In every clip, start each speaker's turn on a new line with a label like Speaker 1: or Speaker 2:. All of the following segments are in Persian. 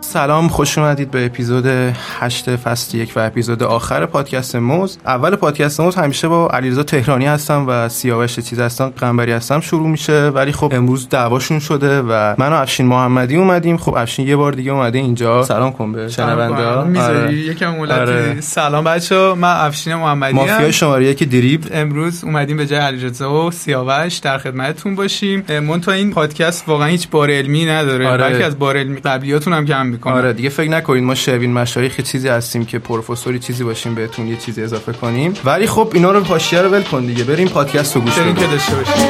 Speaker 1: سلام خوش اومدید به اپیزود 8 فصل یک و اپیزود آخر پادکست موز اول پادکست موز همیشه با علیرضا تهرانی هستم و سیاوش چیز هستم قنبری هستم شروع میشه ولی خب امروز دعواشون شده و من و افشین محمدی اومدیم خب افشین یه بار دیگه اومده اینجا سلام کن به آره. شنونده
Speaker 2: میذاری یکم اولتی
Speaker 1: آره.
Speaker 2: سلام بچه من افشین محمدی
Speaker 1: مافیا شماره یک دریب
Speaker 2: امروز اومدیم به جای علیرضا و سیاوش در خدمتتون باشیم من تا این پادکست واقعا هیچ بار علمی نداره
Speaker 1: آره.
Speaker 2: بلکه از بار علمی قبلیاتون هم کم میکنه
Speaker 1: آره دیگه فکر نکنید ما شوین مشایخ چیزی هستیم که پروفسوری چیزی باشیم بهتون یه چیزی اضافه کنیم ولی خب اینا رو پاشیه رو ول کن دیگه بریم پادکست رو گوش
Speaker 2: بریم
Speaker 1: بدیم
Speaker 2: که داشته باشیم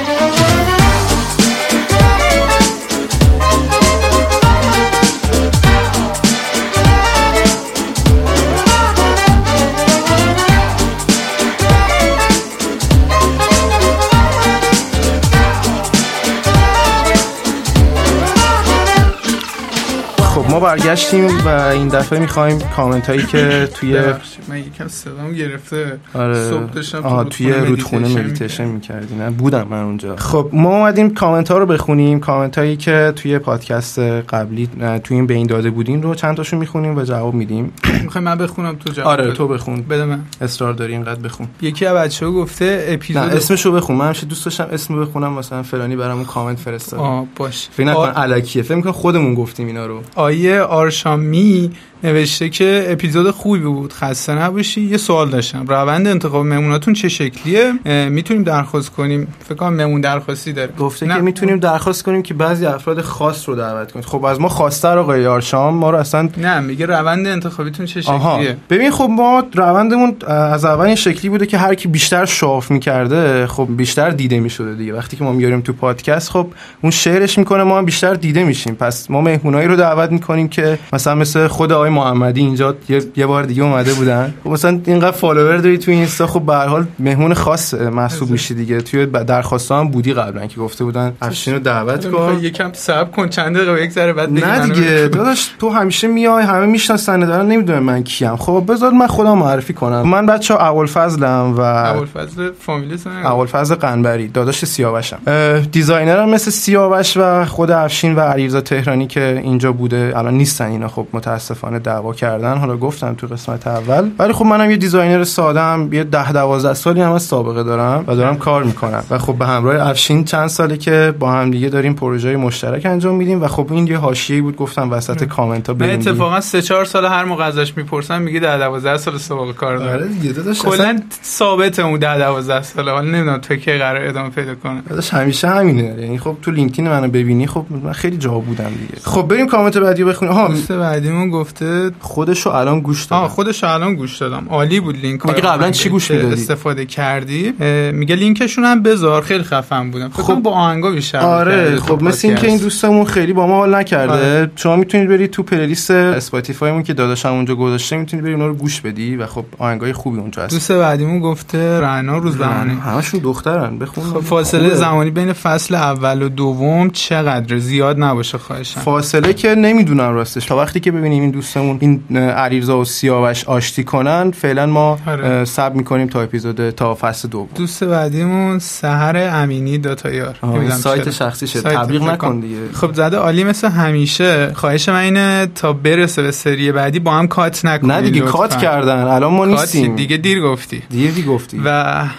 Speaker 1: خب ما برگشتیم و این دفعه میخوایم کامنت هایی که توی
Speaker 2: ببخشید، من یکم صدام گرفته
Speaker 1: آره
Speaker 2: صبح داشتم تو
Speaker 1: آها،
Speaker 2: رودخونه
Speaker 1: توی رودخونه
Speaker 2: مدیتیشن
Speaker 1: مدیتیشن میکردی نه بودم من اونجا خب ما اومدیم کامنت ها رو بخونیم کامنت هایی که توی پادکست قبلی نه، توی این بین داده بودین رو چند تاشو میخونیم و جواب میدیم
Speaker 2: میخوای من بخونم تو جواب
Speaker 1: آره
Speaker 2: بده.
Speaker 1: تو بخون
Speaker 2: بده من
Speaker 1: اصرار داری اینقدر بخون
Speaker 2: یکی از بچه‌ها گفته
Speaker 1: نه
Speaker 2: اپیزود
Speaker 1: اسمشو بخون من همیشه دوست داشتم اسمو بخونم مثلا فلانی برامون کامنت فرستاد
Speaker 2: آه باش
Speaker 1: فکر نکن
Speaker 2: آ-
Speaker 1: علکیه فکر می‌کنم خودمون گفتیم اینا رو
Speaker 2: آیه آرشامی نوشته که اپیزود خوبی بود خسته نباشی یه سوال داشتم روند انتخاب مهموناتون چه شکلیه اه، میتونیم درخواست کنیم فکر کنم مهمون درخواستی داره
Speaker 1: گفته
Speaker 2: نه.
Speaker 1: که میتونیم درخواست کنیم که بعضی افراد خاص رو دعوت کنید خب از ما خواسته رو آقای یارشام ما رو اصلا
Speaker 2: نه میگه روند انتخابیتون چه
Speaker 1: آها
Speaker 2: شکلیه
Speaker 1: ببین خب ما روندمون اه، از اول این شکلی بوده که هر کی بیشتر شاف میکرده خب بیشتر دیده میشده دیگه وقتی که ما میاریم تو پادکست خب اون شعرش میکنه ما هم بیشتر دیده میشیم پس ما مهمونایی رو دعوت میکنیم که مثلا مثل خود آقای محمدی اینجا یه, یه بار دیگه اومده بودن خب مثلا اینقدر فالوور داری تو اینستا خب به هر حال مهمون خاص اه، محسوب میشی دیگه توی درخواستا هم بودی قبلا که گفته بودن افشین رو دعوت کن
Speaker 2: میخوای یکم صبر کن چند دقیقه بگذره بعد بگی
Speaker 1: نه
Speaker 2: منو
Speaker 1: دیگه
Speaker 2: بگو.
Speaker 1: داداش تو همیشه میای همه میشناسن دارن نمیدونم من کیم خب بذار من خودم معرفی کنم من بچه اول فضلم و
Speaker 2: ابوالفضل فامیلیت نه.
Speaker 1: اول فضل قنبری داداش سیاوشم اه، دیزاینرم مثل سیاوش و خود افشین و علیرضا تهرانی که اینجا بوده الان نیستن اینا خب متاسفانه دعوا کردن حالا گفتم تو قسمت اول ولی خب منم یه دیزاینر ساده یه ده دوازده سالی هم از سابقه دارم و دارم کار میکنم و خب به همراه افشین چند ساله که با هم دیگه داریم پروژه مشترک انجام میدیم و خب این یه حاشیه‌ای بود گفتم وسط کامنت ها
Speaker 2: من اتفاقا سه چهار سال هر موقع ازش میپرسم میگه در 12 سال سابقه کار داره
Speaker 1: آره دیگه داداش اصلا
Speaker 2: کلا ثابت اون در 12 ساله حالا نمیدونم تو کی قرار ادامه پیدا کنه
Speaker 1: داداش همیشه همینه یعنی خب تو لینکدین منو ببینی خب من خیلی جا بودم دیگه خب بریم کامنت بعدی رو بخونیم آها خب،
Speaker 2: دوست بعدیمون گفته
Speaker 1: خودشو الان گوش
Speaker 2: آه
Speaker 1: دادم
Speaker 2: خودش الان گوش دادم عالی بود لینک
Speaker 1: میگه
Speaker 2: رو
Speaker 1: قبلا
Speaker 2: من
Speaker 1: چی گوش
Speaker 2: که
Speaker 1: میدادی؟
Speaker 2: استفاده کردی اه، میگه لینکشون هم بذار خیلی خفن بودم خب
Speaker 1: خب،
Speaker 2: با آهنگا بیشتر
Speaker 1: آره
Speaker 2: می‌کردی تو
Speaker 1: خب مثل اینکه این
Speaker 2: پادکست.
Speaker 1: دوستمون خیلی با ما حال نکرده
Speaker 2: آره.
Speaker 1: شما میتونید برید تو پلیلیست اسپاتیفایمون که داداشم اونجا گذاشته میتونید برید اونا رو گوش بدی و خب آهنگای خوبی اونجا هست
Speaker 2: دوست بعدیمون گفته رعنا روز زمانی
Speaker 1: همشون دخترن بخون
Speaker 2: خب فاصله
Speaker 1: خوبه.
Speaker 2: زمانی بین فصل اول و دوم چقدر زیاد نباشه خواهشم
Speaker 1: فاصله که نمیدونم راستش تا وقتی که ببینیم این دوستمون این اه، علیرضا و سیاوش آشتی کنن فعلا ما
Speaker 2: آره.
Speaker 1: اه، صبر میکنیم تا اپیزود تا فصل دوم
Speaker 2: دوست بعدیمون سهر امینی داتایار
Speaker 1: آه، این
Speaker 2: نمی‌دونم
Speaker 1: سایت
Speaker 2: چرا.
Speaker 1: شخصی شد
Speaker 2: سایت
Speaker 1: تبلیغ
Speaker 2: فکر
Speaker 1: نکن
Speaker 2: کن.
Speaker 1: دیگه
Speaker 2: خب زده عالی مثل همیشه خواهش من اینه تا برسه به سری بعدی با هم کات نکنید
Speaker 1: نه دیگه
Speaker 2: لطفاً.
Speaker 1: کات کردن الان ما
Speaker 2: کاتی
Speaker 1: نیستیم
Speaker 2: دیگه دیر گفتی
Speaker 1: دیگه گفتی
Speaker 2: و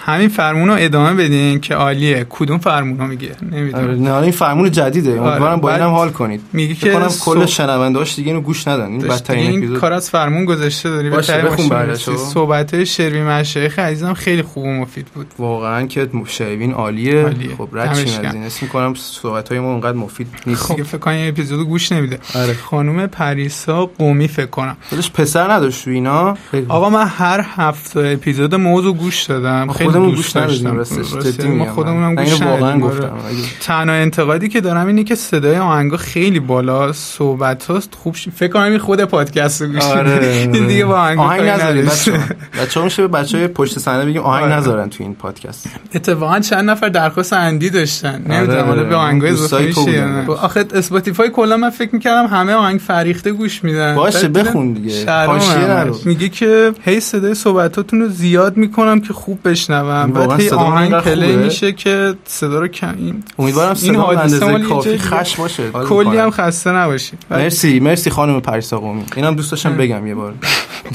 Speaker 2: همین فرمون رو ادامه بدین که عالیه کدوم فرمون رو میگه
Speaker 1: آره،
Speaker 2: نمیدونم
Speaker 1: نه حالا این فرمون جدیده
Speaker 2: آره،
Speaker 1: امیدوارم با
Speaker 2: بعد
Speaker 1: اینم حال کنید
Speaker 2: میگه
Speaker 1: فکر
Speaker 2: که
Speaker 1: کنم کل
Speaker 2: صبح-
Speaker 1: شنوندهاش دیگه اینو گوش ندن این
Speaker 2: داشت دیگه
Speaker 1: بدترین
Speaker 2: این
Speaker 1: اپیزود
Speaker 2: کار از فرمون گذاشته داری به
Speaker 1: باشه،
Speaker 2: طریقش
Speaker 1: بخون
Speaker 2: می‌رسی.
Speaker 1: براشو.
Speaker 2: صحبت‌های شروی مشایخ عزیزم خیلی خوب و مفید بود
Speaker 1: واقعا که شیوین عالیه,
Speaker 2: عالیه.
Speaker 1: خب رد شیم
Speaker 2: دمش
Speaker 1: از این اسم کنم صحبت های ما اونقدر مفید نیست
Speaker 2: دیگه فکر کنم این اپیزودو گوش نمیده
Speaker 1: خب. آره.
Speaker 2: خانم پریسا قومی فکر کنم
Speaker 1: خودش پسر نداشت تو اینا خیلی-
Speaker 2: آقا من هر هفته اپیزود موضوع گوش دادم
Speaker 1: ما
Speaker 2: خیلی
Speaker 1: خودمون
Speaker 2: دوست
Speaker 1: گوش ندادیم
Speaker 2: داشتم
Speaker 1: راستش
Speaker 2: راستی،
Speaker 1: جدی
Speaker 2: ما
Speaker 1: میگم
Speaker 2: خودمونم
Speaker 1: من. من
Speaker 2: گوش
Speaker 1: اینو واقعا
Speaker 2: ندادیم آره.
Speaker 1: گفتم اگه-
Speaker 2: تنها انتقادی که دارم اینه که صدای آهنگا خیلی بالا صحبت هاست خوب ش- فکر کنم این خود پادکست رو گوش
Speaker 1: آره.
Speaker 2: بدید. دیگه با آهنگ
Speaker 1: آهنگ
Speaker 2: کاری
Speaker 1: نذارید
Speaker 2: نداشت.
Speaker 1: بچه‌ها بچه‌ها میشه به بچه‌های پشت صحنه بگیم آهنگ
Speaker 2: آره.
Speaker 1: نذارن تو این پادکست
Speaker 2: اتفاقا چند نفر درخواست اندی داشتن
Speaker 1: آره،
Speaker 2: نمیدونم حالا
Speaker 1: آره.
Speaker 2: به آهنگای
Speaker 1: دوستای
Speaker 2: اضافه
Speaker 1: تو
Speaker 2: میشه
Speaker 1: بودن.
Speaker 2: یا نه. آخه اسپاتیفای کلا من فکر میکردم همه آهنگ فریخته گوش میدن
Speaker 1: باشه
Speaker 2: بعد دیدم
Speaker 1: بخون دیگه
Speaker 2: شرمم
Speaker 1: پاشیه
Speaker 2: اومد.
Speaker 1: نرو
Speaker 2: میگه که هی صدای صحبتاتون رو زیاد میکنم که خوب بشنوم
Speaker 1: واقعا
Speaker 2: بعد هی
Speaker 1: صدا
Speaker 2: آهنگ
Speaker 1: اینقدر
Speaker 2: پلی
Speaker 1: خوبه؟
Speaker 2: میشه که صدا رو کم این
Speaker 1: امیدوارم
Speaker 2: این
Speaker 1: صدا
Speaker 2: حادثه مال
Speaker 1: اندازه
Speaker 2: یه
Speaker 1: کافی
Speaker 2: جایی-
Speaker 1: خش باشه حال
Speaker 2: کلی
Speaker 1: می‌کنم.
Speaker 2: هم خسته نباشی
Speaker 1: مرسی مرسی خانم پریسا قومی اینم دوست
Speaker 2: آره.
Speaker 1: داشتم بگم یه بار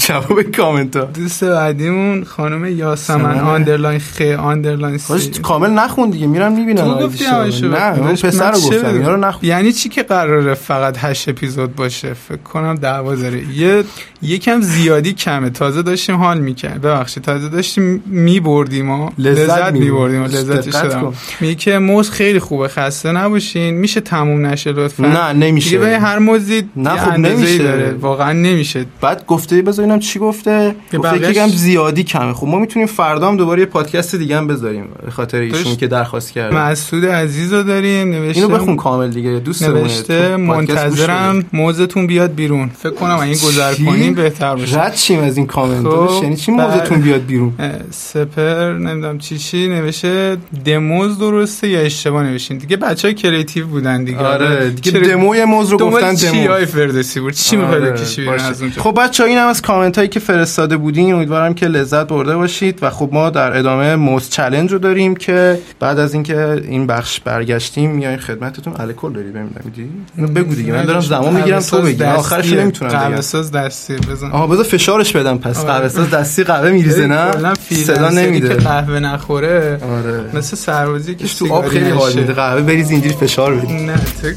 Speaker 1: جواب کامنت ها
Speaker 2: دوست بعدیمون خانم یاسمن
Speaker 1: سمن.
Speaker 2: آندرلاین خ آندرلاین
Speaker 1: خودش
Speaker 2: سی
Speaker 1: کامل نخون دیگه میرم میبینم
Speaker 2: تو گفتی همشو
Speaker 1: نه
Speaker 2: بخون.
Speaker 1: اون پسر رو
Speaker 2: من چه
Speaker 1: گفتم
Speaker 2: بدونم؟
Speaker 1: اینا رو نخون
Speaker 2: یعنی چی که قراره فقط هشت اپیزود باشه فکر کنم دعوا داره یه یکم زیادی کمه تازه داشتیم حال میکرد ببخشید تازه داشتیم میبردیم ما
Speaker 1: لذت می‌بردیم.
Speaker 2: میبردیم لذت
Speaker 1: دقت
Speaker 2: شدم
Speaker 1: کن.
Speaker 2: میگه که موز خیلی خوبه خسته نباشین میشه تموم نشه لطفا
Speaker 1: نه
Speaker 2: دیگه به
Speaker 1: نمیشه
Speaker 2: هر موزی
Speaker 1: نه،
Speaker 2: یه
Speaker 1: خب
Speaker 2: اندازه‌ای
Speaker 1: نمیشه.
Speaker 2: داره واقعا نمیشه
Speaker 1: بعد گفته بذارینم چی گفته
Speaker 2: که
Speaker 1: گفته
Speaker 2: بقیه‌ش-
Speaker 1: که یکم زیادی کمه خب ما میتونیم فردا هم دوباره یه پادکست دیگه هم بذاریم به خاطر ایشون
Speaker 2: داشت-
Speaker 1: که درخواست کرد
Speaker 2: مسعود عزیز رو داریم نوشته
Speaker 1: آره. اینو بخون کامل دیگه دوست
Speaker 2: نوشته منتظرم موزتون بیاد بیرون فکر کنم اگه گذر
Speaker 1: چی؟
Speaker 2: کنیم بهتر باشه
Speaker 1: رد شیم از این کامنت
Speaker 2: خب،
Speaker 1: داداش. یعنی چی
Speaker 2: بعد-
Speaker 1: موزتون بیاد بیرون
Speaker 2: اه، سپر نمیدونم چی چی نوشته دموز درسته یا اشتباه نوشتین دیگه بچه های کریتیو بودن دیگه
Speaker 1: آره دیگه
Speaker 2: چرا-
Speaker 1: دموی موز رو
Speaker 2: دنبال
Speaker 1: گفتن
Speaker 2: چی
Speaker 1: دمو
Speaker 2: های فردوسی بود چی میخوای
Speaker 1: آره،
Speaker 2: بکشی بیرون
Speaker 1: باشه.
Speaker 2: از اونجا
Speaker 1: خب بچه این هم از کامنت هایی که فرستاده بودین امیدوارم که لذت برده باشید و خب ما در ادامه موز چلنج رو داریم که بعد از اینکه این بخش برگشتیم میایم خدمتتون الکل داری بهم میدی بگو دیگه من دارم زمان میگیرم تو
Speaker 2: قهوه‌ساز
Speaker 1: بگی آخرش
Speaker 2: دستیه.
Speaker 1: نمیتونم بگم
Speaker 2: قهوه‌ساز دستیه بزن
Speaker 1: آها بذار فشارش بدم پس
Speaker 2: آره.
Speaker 1: قهوه ساز دستی قهوه میریزه
Speaker 2: کلاً
Speaker 1: نه صدا
Speaker 2: فریلنسری که
Speaker 1: نمیده
Speaker 2: قهوه نخوره
Speaker 1: آره
Speaker 2: مثل سربازی که
Speaker 1: تو آب
Speaker 2: سیگاری
Speaker 1: خیلی حال
Speaker 2: نشه.
Speaker 1: میده قهوه بریز اینجوری فشار بدی
Speaker 2: نه تو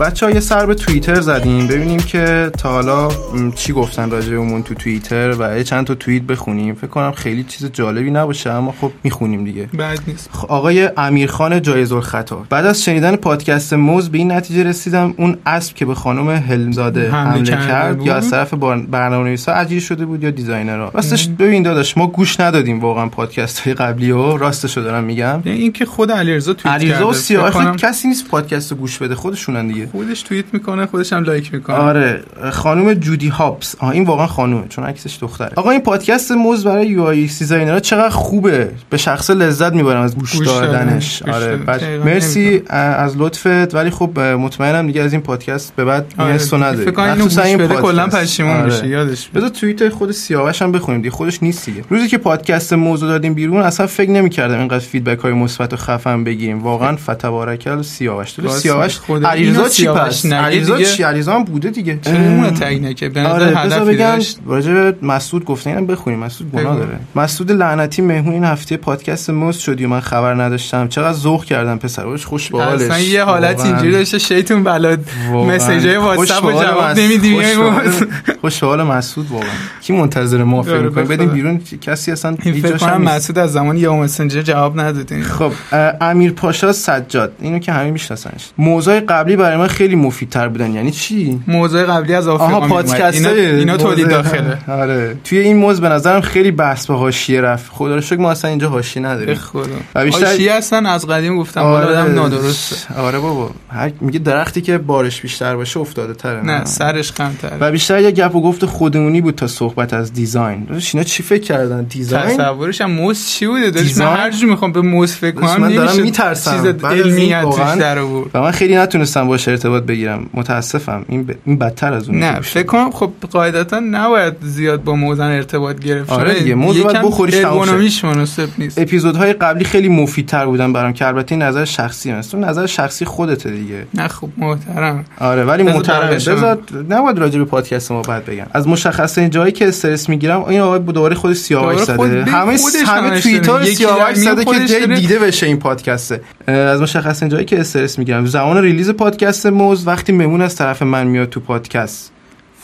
Speaker 1: بچه ها یه سر به توییتر زدیم ببینیم که تا حالا م، چی گفتن راجعمون تو توییتر و یه چند تا توییت بخونیم فکر کنم خیلی چیز جالبی نباشه اما خب میخونیم دیگه
Speaker 2: بد نیست
Speaker 1: خب، آقای امیرخان جایز الخطا بعد از شنیدن پادکست موز به این نتیجه رسیدم اون اسب که به خانم هلمزاده
Speaker 2: حمله
Speaker 1: حمله,
Speaker 2: کرده
Speaker 1: کرد
Speaker 2: بود؟
Speaker 1: یا از طرف برنامه نویسا اجیر شده بود یا دیزاینرها راستش ببین داداش ما گوش ندادیم واقعا پادکست های قبلی و راستش رو دارم میگم
Speaker 2: یعنی این که خود علیرضا توییت کرده
Speaker 1: علیرضا و سیاه
Speaker 2: فکر کنم
Speaker 1: آخه کسی نیست پادکست رو گوش بده خودشونن دیگه
Speaker 2: خودش توییت میکنه خودش هم لایک میکنه
Speaker 1: آره خانم جودی هابس آها این واقعا خانومه چون عکسش دختره آقا این پادکست موز برای یو آی ایکس دیزاینرها چقدر خوبه به شخص لذت میبرم از گوش
Speaker 2: گوش دادن.
Speaker 1: دادنش
Speaker 2: گوش
Speaker 1: آره
Speaker 2: دادن.
Speaker 1: بعد
Speaker 2: دقیقاً
Speaker 1: مرسی از لطفت ولی خب مطمئنم دیگه از این پادکست به بعد
Speaker 2: آره،
Speaker 1: نیستو نداری
Speaker 2: فکر کنم اینو
Speaker 1: مخصوصاً
Speaker 2: گوش
Speaker 1: این
Speaker 2: بده کلا
Speaker 1: پادکست.
Speaker 2: پشیمون
Speaker 1: آره.
Speaker 2: میشه یادش بیاد.
Speaker 1: بذار توییت خود سیاوش هم بخونیم دیگه خودش نیست دیگه روزی که پادکست موضوع دادیم بیرون اصلا فکر نمی‌کردم اینقدر فیدبک های مثبت و خفن بگیریم واقعا فتبارکل سیاوش تو
Speaker 2: راست
Speaker 1: سیاوش
Speaker 2: میگه خدا.
Speaker 1: علیرضا
Speaker 2: اینو
Speaker 1: چی
Speaker 2: سیاوش
Speaker 1: پس
Speaker 2: نگه
Speaker 1: علیرضا
Speaker 2: دیگه.
Speaker 1: چی علیرضا هم بوده دیگه
Speaker 2: چرا اونو تگ نکرد به
Speaker 1: آره
Speaker 2: نظر
Speaker 1: بذار
Speaker 2: هدفی
Speaker 1: بگم
Speaker 2: داشت
Speaker 1: راجع به مسعود گفته اینم بخونیم مسعود گناه
Speaker 2: بگو.
Speaker 1: داره مسعود لعنتی مهمون این هفته پادکست موز شدی و من خبر نداشتم چقدر ذوق کردم پسرش خوش باحالش
Speaker 2: اصلا یه حالت
Speaker 1: بله. واقعاً.
Speaker 2: اینجوری داشته شیطون بلاد
Speaker 1: واقعاً.
Speaker 2: مسیجای واتساپ رو
Speaker 1: خوشحال
Speaker 2: جواب
Speaker 1: مس-
Speaker 2: نمیدی میای
Speaker 1: خوشحال-
Speaker 2: بود.
Speaker 1: خوشحال مسعود واقعا کی منتظر ما فکر
Speaker 2: آره،
Speaker 1: می‌کنه
Speaker 2: بخدا.
Speaker 1: بدیم بیرون کی- کسی اصلا هیچ
Speaker 2: فکر
Speaker 1: جاش هم
Speaker 2: کنم
Speaker 1: نیست.
Speaker 2: مسعود از زمان یا مسنجر جواب ندادین
Speaker 1: خب اه، امیر پاشا سجاد اینو که همه میشناسنش موضوع قبلی برای من خیلی مفیدتر بودن یعنی چی
Speaker 2: موضوع قبلی از آفریقا
Speaker 1: آها
Speaker 2: می‌اومد.
Speaker 1: پادکست
Speaker 2: اینا, اینا تولید داخله
Speaker 1: آره توی این موز به نظرم خیلی بحث به حاشیه رفت خدا رو شکر ما اصلا اینجا حاشیه
Speaker 2: به
Speaker 1: نداریم
Speaker 2: خدا
Speaker 1: و بله. بیشتر-
Speaker 2: آشی هستن از قدیم گفتم حالا آدم نادرسته
Speaker 1: آره بابا هر... میگه درختی که بارش بیشتر باشه افتاده تره
Speaker 2: نه سرش خمتره
Speaker 1: و بیشتر یه گپ و گفت خودمونی بود تا صحبت از دیزاین داداش اینا چی فکر کردن دیزاین
Speaker 2: تصورش هم موز چی بوده داشت من
Speaker 1: دیزاین؟
Speaker 2: هر جور میخوام به موز فکر
Speaker 1: داداش،
Speaker 2: کنم
Speaker 1: من دارم
Speaker 2: نمیشه
Speaker 1: می‌ترسم.
Speaker 2: چیز
Speaker 1: بعد از این
Speaker 2: علمیت توش
Speaker 1: واقعاً
Speaker 2: در آورد
Speaker 1: و من خیلی نتونستم با ارتباط بگیرم متاسفم این, ب... این بدتر از اون
Speaker 2: نه فکر کنم خب قاعدتا نباید زیاد با موزن ارتباط گرفت
Speaker 1: آره دیگه، موضوع باید بخوریش تموم شه.
Speaker 2: ارگونومیش مناسب نیست
Speaker 1: اپیزودهای قبلی خیلی مفیدتر بودن برام که البته این نظر شخصی است اون نظر شخصی خودته دیگه
Speaker 2: نه خب محترم
Speaker 1: آره ولی
Speaker 2: بذار
Speaker 1: محترمه
Speaker 2: برگشم.
Speaker 1: بذار نباید راجع به پادکست ما بعد بگم از مشخصه جایی که استرس میگیرم این آقای دوباره خود سیاوش
Speaker 2: دوباره خود-
Speaker 1: زده
Speaker 2: به
Speaker 1: همه
Speaker 2: خودش
Speaker 1: همه
Speaker 2: همش
Speaker 1: توییتر
Speaker 2: داره. یکی
Speaker 1: سیاوش
Speaker 2: زمین
Speaker 1: زده که
Speaker 2: خودش
Speaker 1: جای
Speaker 2: داره.
Speaker 1: دیده بشه این پادکسته اه، از مشخصه جایی که استرس میگیرم زمان ریلیز پادکست موز وقتی مهمون از طرف من میاد تو پادکست